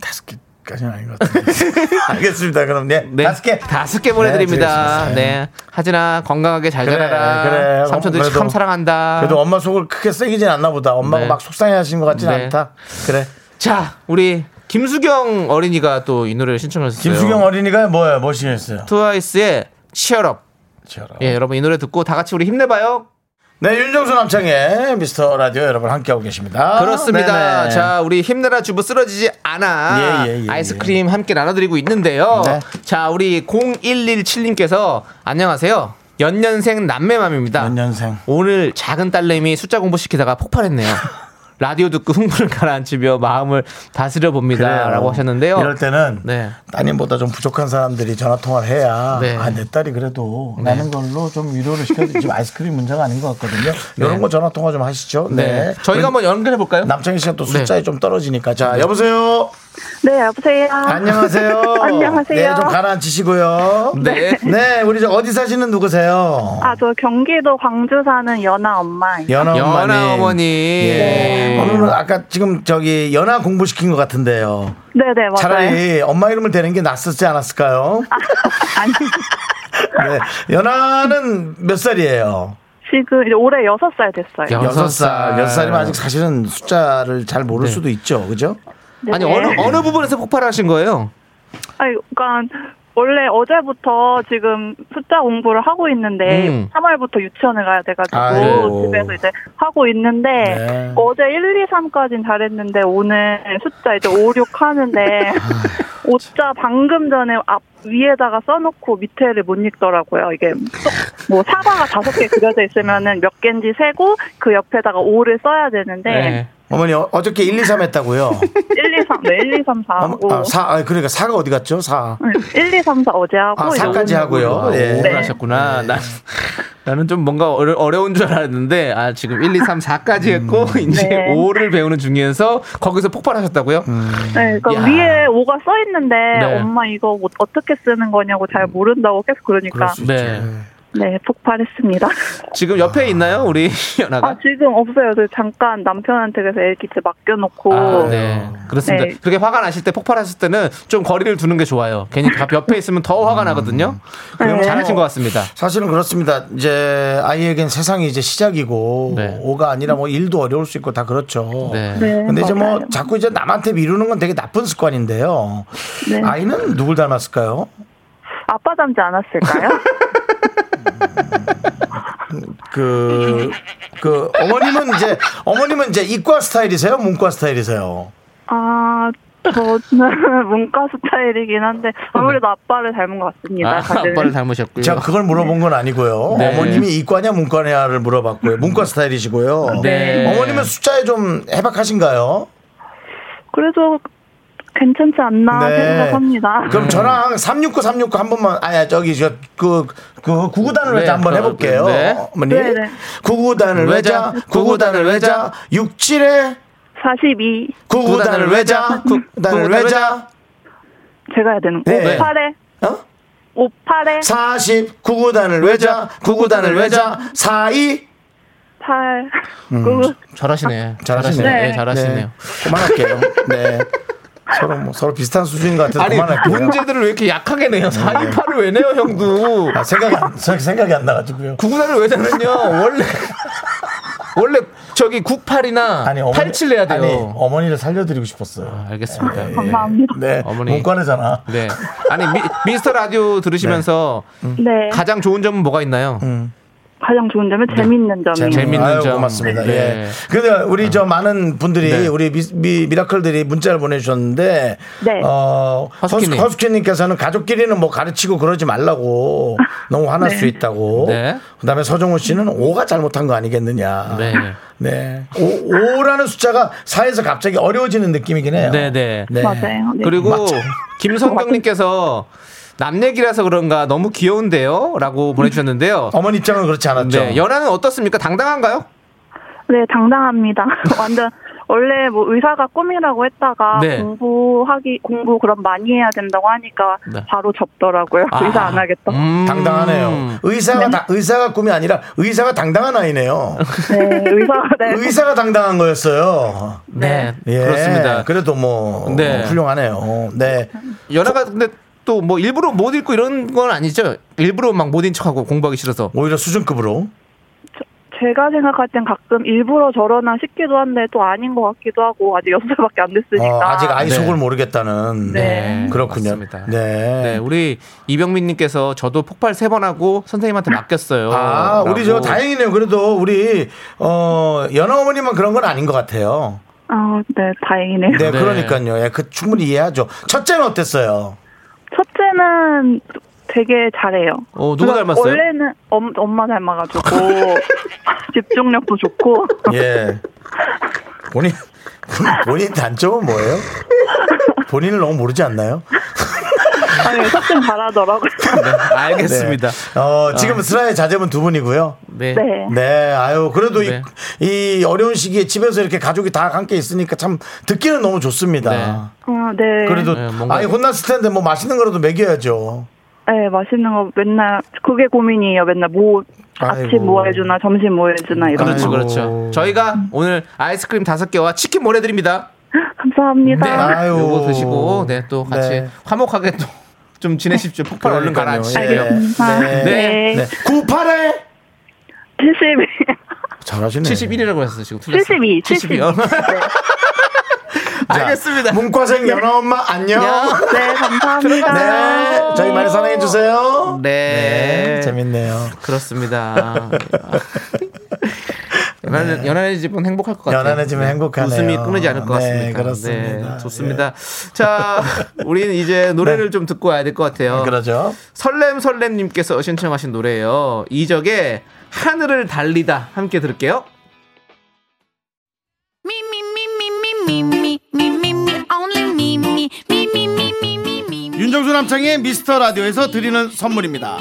S1: 다섯 개까지는 아닌 것 같은데. 알겠습니다. 그럼 네. 다섯 개.
S2: 다섯 개 보내드립니다.
S1: 네, 드리겠습니다.
S2: 네,
S1: 네.
S2: 하진아 건강하게 잘
S1: 그래,
S2: 자라라.
S1: 그래.
S2: 삼촌들이
S1: 그래도-
S2: 참 사랑한다.
S1: 그래도 엄마 속을 크게 새기진 않나 보다. 엄마가
S2: 네.
S1: 막 속상해 하시는 것 같진
S2: 네.
S1: 않다. 그래.
S2: 자, 우리 김수경 어린이가 또 이 노래를 신청하셨어요.
S1: 김수경 어린이가 뭐야, 멋있겠어요.
S2: 트와이스의 치얼업.
S1: 저런.
S2: 예, 여러분 이 노래 듣고 다 같이 우리 힘내봐요.
S1: 네, 윤정수 남창의 미스터 라디오 여러분 함께하고 계십니다.
S2: 그렇습니다.
S1: 네네.
S2: 아, 자, 우리 힘내라 주부 쓰러지지 않아.
S1: 예, 예, 예,
S2: 아이스크림 함께 나눠드리고 있는데요.
S1: 네.
S2: 자, 우리 0117님께서 안녕하세요. 연년생 남매맘입니다.
S1: 연년생.
S2: 오늘 작은 딸내미 숫자 공부시키다가 폭발했네요. 라디오 듣고 흥분을 가라앉히며 마음을 다스려 봅니다.
S1: 그래요.
S2: 라고 하셨는데요.
S1: 이럴 때는
S2: 네.
S1: 따님보다 좀 부족한 사람들이 전화 통화를 해야
S2: 네.
S1: 아, 내 딸이 그래도 라는 걸로 좀 위로를 시켜주 지금 아이스크림 문제가 아닌 것 같거든요. 이런 거 전화 통화 좀 하시죠. 네.
S2: 네. 저희가 한번 연결해 볼까요?
S1: 남창희 씨가 또
S2: 네.
S1: 숫자에 좀 떨어지니까 자, 여보세요.
S6: 네, 여보세요.
S1: 아. 안녕하세요.
S6: 안녕하세요.
S1: 네, 좀 가라앉히시고요.
S2: 네.
S1: 네, 우리 저 어디 사시는 누구세요?
S6: 아, 저 경기도 광주 사는 연아 엄마예요.
S1: 연하 어머니.
S2: 연하 어머니. 네.
S1: 예. 오늘은 아까 지금 저기 연하 공부시킨 것 같은데요.
S6: 네, 네, 맞아요.
S1: 차라리 엄마 이름을 대는 게 낫었지 않았을까요?
S6: 아니,
S1: 네. 연하는 몇 살이에요?
S6: 지금 이제 올해 여섯 살 됐어요.
S2: 야. 여섯
S1: 네. 여섯 살.
S2: 살.
S1: 여섯 살이면 아직 사실은 숫자를 잘 모를 수도 있죠. 그죠?
S6: 네.
S2: 아니, 어느, 어느 부분에서 폭발하신 거예요?
S6: 아니, 그러니까 원래 어제부터 지금 숫자 공부를 하고 있는데
S2: 음.
S6: 3월부터 유치원을 가야 돼가지고
S1: 아이고.
S6: 집에서 이제 하고 있는데
S1: 네.
S6: 어, 어제 1, 2, 3까지는 잘했는데 오늘 숫자 이제 5, 6 하는데 오자 방금 전에 앞 위에다가 써놓고 밑에를 못 읽더라고요. 이게 뭐 사과가 다섯 개 그려져 있으면은 몇 개인지 세고 그 옆에다가 5를 써야 되는데
S2: 네.
S1: 어머니 어, 어저께 1, 2, 3 했다고요.
S6: 1, 2, 3, 네, 1, 2, 3, 4 하고
S1: 아, 4, 아, 그러니까 4가 어디 갔죠? 4.
S6: 네, 1, 2, 3, 4 어제 하고
S1: 아,
S6: 이제
S1: 4까지 하고요. 예.
S6: 네.
S2: 오를 아, 네. 하셨구나. 난, 나는 좀 뭔가 어려, 어려운 줄 알았는데, 아, 지금 1, 2, 3, 4까지 했고,
S1: 음.
S2: 이제
S6: 네.
S2: 5를 배우는 중에서 거기서 폭발하셨다고요?
S1: 음,
S6: 네, 그러니까
S2: 야.
S6: 위에 5가 써 있는데
S2: 네. 음.
S6: 엄마 이거 뭐 어떻게 쓰는 거냐고 잘 모른다고 계속 그러니까
S1: 그렇죠.
S2: 네.
S6: 네 폭발했습니다.
S2: 지금
S1: 아.
S2: 옆에 있나요, 우리 연아가?
S6: 아 지금 없어요. 저 잠깐 남편한테 그래서 애기집 맡겨놓고
S2: 아, 네. 그렇습니다.
S6: 뭐. 네.
S2: 그렇게 화가 나실 때, 폭발하실 때는 좀 거리를 두는 게 좋아요. 괜히 가- 옆에 있으면 더
S1: 음.
S2: 화가 나거든요. 그럼
S6: 네.
S2: 잘하신 것 같습니다.
S1: 사실은 그렇습니다. 이제 아이에겐 세상이 이제 시작이고
S2: 네.
S1: 오가 아니라 뭐 일도 어려울 수 있고 다 그렇죠.
S2: 네.
S6: 네,
S1: 근데 이제 뭐
S6: 맞아요.
S1: 자꾸 이제 남한테 미루는 건 되게 나쁜 습관인데요.
S6: 네.
S1: 아이는 누굴 닮았을까요?
S6: 아빠 닮지 않았을까요?
S1: 그, 그, 어머님은 이제, 어머님은 이제 이과 스타일이세요? 문과 스타일이세요?
S6: 아 저는 문과 스타일이긴 한데 아무래도 아빠를 닮은 것 같습니다.
S2: 아,
S6: 다들.
S2: 아빠를 닮으셨고요.
S1: 제가 그걸 물어본 건 아니고요.
S2: 네.
S1: 어머님이 이과냐 문과냐를 물어봤고요. 문과 스타일이시고요.
S2: 네.
S1: 어머님은 숫자에 좀 해박하신가요?
S6: 그래도 괜찮지 않나
S1: 네.
S6: 생각합니다.
S1: 그럼 저랑 369, 369 한 번만, 아야, 저기, 저, 그, 그, 구구단을
S2: 네,
S1: 외자 한번
S2: 그,
S1: 해볼게요.
S2: 네.
S1: 어머니.
S6: 네, 네.
S1: 구구단을 외자,
S2: 외자,
S1: 구구단을 외자,
S2: 외자.
S1: 67에
S6: 42
S1: 구구단을 외자, 구구단을 외자,
S6: 제가 해야 되는
S1: 네.
S6: 58에
S1: 어?
S6: 58에
S1: 40, 구구단을 외자, 구구단을 외자, 42.
S6: 8 그,
S2: 잘하시네.
S1: 잘하시네.
S2: 네,
S6: 네.
S2: 잘하시네요.
S1: 네, 그만할게요. 네. 서로 뭐, 서로 비슷한 수준인 것 같아서
S2: 아니
S1: 그만할게요. 네.
S2: 문제들을 왜 이렇게 약하게 내요? 4, 2, 8을 왜 내요, 형도?
S1: 아, 생각이 안, 생각이 안 나가지고요.
S2: 구구단을 왜 내는요? 원래 원래 저기 98이나
S1: 어머니-
S2: 87 내야 돼요.
S1: 아니, 어머니를 살려드리고 싶었어요.
S2: 아, 알겠습니다. 예.
S6: 감사합니다.
S1: 네.
S2: 어머니.
S1: 문과래잖아.
S2: 네. 아니 미, 스터 라디오 들으시면서
S1: 음.
S6: 네.
S2: 가장 좋은 점은 뭐가 있나요?
S6: 가장 좋은 점은 재밌는 점이에요.
S2: 재밌- 재밌는
S1: 네. 아유,
S2: 점.
S1: 고맙습니다.
S2: 네.
S1: 예. 근데 우리 저 많은 분들이
S2: 네.
S1: 우리 미, 라클들이 문자를 보내주셨는데
S6: 네.
S1: 어,
S2: 허스키님.
S1: 허스키님. 허스키님께서는 가족끼리는 뭐 가르치고 그러지 말라고 너무 화날 수 있다고.
S2: 네.
S1: 그다음에 서정훈 씨는 오가 잘못한 거 아니겠느냐.
S2: 네.
S1: 네. 오라는 숫자가 사에서 갑자기 어려워지는 느낌이긴 해요.
S2: 네, 네.
S1: 네.
S6: 맞아요. 네.
S2: 그리고
S1: 맞아.
S2: 김성경님께서 남 얘기라서 그런가 너무 귀여운데요라고 보내주셨는데요.
S1: 어머니 입장은 그렇지 않았죠.
S2: 네, 연하는 어떻습니까? 당당한가요?
S6: 네, 당당합니다. 완전 원래 뭐 의사가 꿈이라고 했다가
S2: 네.
S6: 공부하기 공부 그럼 많이 해야 된다고 하니까
S2: 네.
S6: 바로 접더라고요.
S2: 아.
S6: 의사 안 하겠다.
S2: 음.
S1: 당당하네요. 의사가 다- 의사가 꿈이 아니라 의사가 당당한 아이네요.
S6: 네, 의사가 네.
S1: 의사가 당당한 거였어요.
S2: 네,
S1: 예,
S2: 그렇습니다.
S1: 그래도 뭐
S2: 네.
S1: 훌륭하네요. 네.
S2: 연하가 근데 또 뭐 일부러 못 읽고 이런 건 아니죠? 일부러 막 못 인척하고 공부하기 싫어서.
S1: 오히려 수준급으로.
S6: 제가 생각할 땐 가끔 일부러 저러나 싶기도 한데 또 아닌 것 같기도 하고 아직 여 살밖에 안 됐으니까.
S1: 어, 아직 아이
S2: 네.
S1: 속을 모르겠다는.
S6: 네.
S1: 그렇군요.
S2: 맞습니다.
S1: 네.
S2: 네, 우리 이병민님께서 저도 폭발 세 번 하고 선생님한테 맡겼어요.
S1: 아, 우리 저
S2: 라고.
S1: 다행이네요. 그래도 우리 어 연하 어머니만 그런 건 아닌 것 같아요.
S6: 아, 네, 다행이네요.
S1: 네,
S2: 네.
S1: 그러니까요. 예, 그 충분히 이해하죠. 첫째는 어땠어요?
S6: 첫째는 되게 잘해요.
S2: 어, 누구
S6: 그러니까
S2: 닮았어요?
S6: 원래는 엄, 엄마 닮아가지고 집중력도 좋고
S1: 예. 본인 본인, 본인 단점은 뭐예요? 본인을 너무 모르지 않나요?
S6: 아니 첫째는 잘하더라고요.
S2: 알겠습니다.
S1: 네. 어, 지금
S2: 아.
S1: 슬라의 자제분 두 분이고요.
S2: 네.
S6: 네.
S1: 네, 아유, 그래도
S2: 네.
S1: 이, 이 어려운 시기에 집에서 이렇게 가족이 다 함께 있으니까 참 듣기는 너무 좋습니다.
S6: 아, 네.
S1: 그래도
S2: 네, 뭔가-
S1: 아니 혼났을 텐데 뭐 맛있는 거라도 먹여야죠.
S6: 네, 맛있는 거 맨날 그게 고민이에요. 맨날 뭐
S1: 아이고.
S6: 아침 뭐 해주나 점심 뭐 해주나 이런.
S2: 그렇죠,
S1: 아이고.
S2: 그렇죠. 저희가 오늘 아이스크림 다섯 개와 치킨 보내드립니다. 네,
S6: 감사합니다.
S1: 아유.
S2: 요거 드시고, 네, 또 같이
S1: 네.
S2: 화목하게 또. 좀 지내십시오. 폭발 얼른
S1: 그러니까요.
S2: 가라앉히세요.
S1: 네. 네.
S2: 네.
S1: 네. 98에
S6: 72.
S1: 잘하시네.
S2: 71이라고 했어 지금 틀렸어.
S6: 72. 72. 네.
S1: 자,
S2: 알겠습니다.
S1: 문과생 연하 엄마 안녕.
S6: 네, 감사합니다.
S1: 네. 저희 많이 사랑해 주세요.
S2: 네.
S1: 재밌네요.
S2: 그렇습니다. 연한, 연한의 집은 행복할 것 같아요.
S1: 연한의 집은
S2: 네.
S1: 행복하네요.
S2: 웃음이 끊이지 않을 것
S1: 네,
S2: 같습니다. 네,
S1: 그렇습니다. 예.
S2: 좋습니다. 자, 우리는 이제 노래를 좀 듣고 와야 될 것 같아요.
S1: 네. 그러죠.
S2: 설렘 설렘님께서 신청하신 노래예요. 이적의 하늘을 달리다 함께 들을게요.
S1: 윤정수 남창의 미스터 라디오에서 드리는 선물입니다.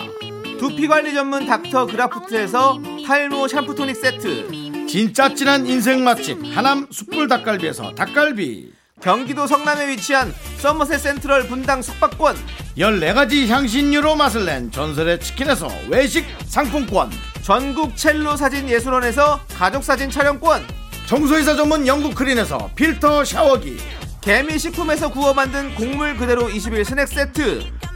S2: 두피 관리 전문 닥터 그라프트에서 탈모 샴푸 토닉 세트.
S1: 진짜 진한 인생 맛집 하남 숯불 닭갈비에서 닭갈비
S2: 경기도 성남에 위치한 서머셋 센트럴 분당 숙박권.
S1: 14가지 향신료로 맛을 낸 전설의 치킨에서 외식 상품권
S2: 전국 첼로 사진 예술원에서 가족 사진 촬영권.
S1: 청소이사 전문 영국 크린에서 필터 샤워기
S2: 개미 식품에서 구워 만든 곡물 그대로 21 스낵 세트.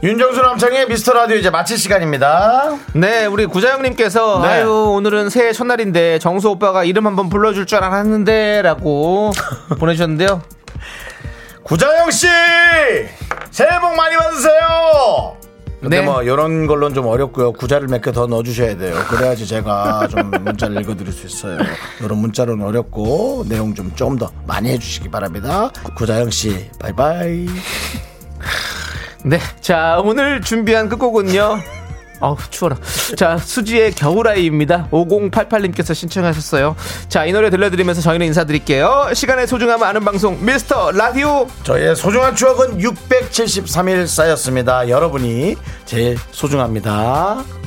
S1: 윤정수 남창의 미스터 라디오 이제 마칠 시간입니다
S2: 네, 우리 구자영님께서
S1: 네.
S2: 아유 오늘은 새해 첫날인데 정수 오빠가 이름 한번 불러줄 줄 알았는데라고 보내주셨는데요.
S1: 네. 구자영씨 새해 복 많이 받으세요 근데
S2: 네.
S1: 뭐 이런 걸로는 좀 어렵고요 구자를 몇 개 더 넣어주셔야 돼요 그래야지 제가 좀 문자를 읽어드릴 수 있어요 이런 문자로는 어렵고 내용 좀 좀 더 많이 해주시기 바랍니다 구자영씨 바이바이
S2: 네, 자 오늘 준비한 끝곡은요. 어우 추워라. 자 수지의 겨울아이입니다. 5088님께서 신청하셨어요. 자 이 노래 들려드리면서 저희는 인사드릴게요. 시간의 소중함을 아는 방송 미스터 라디오.
S1: 저희의 소중한 추억은 673일 쌓였습니다 여러분이 제일 소중합니다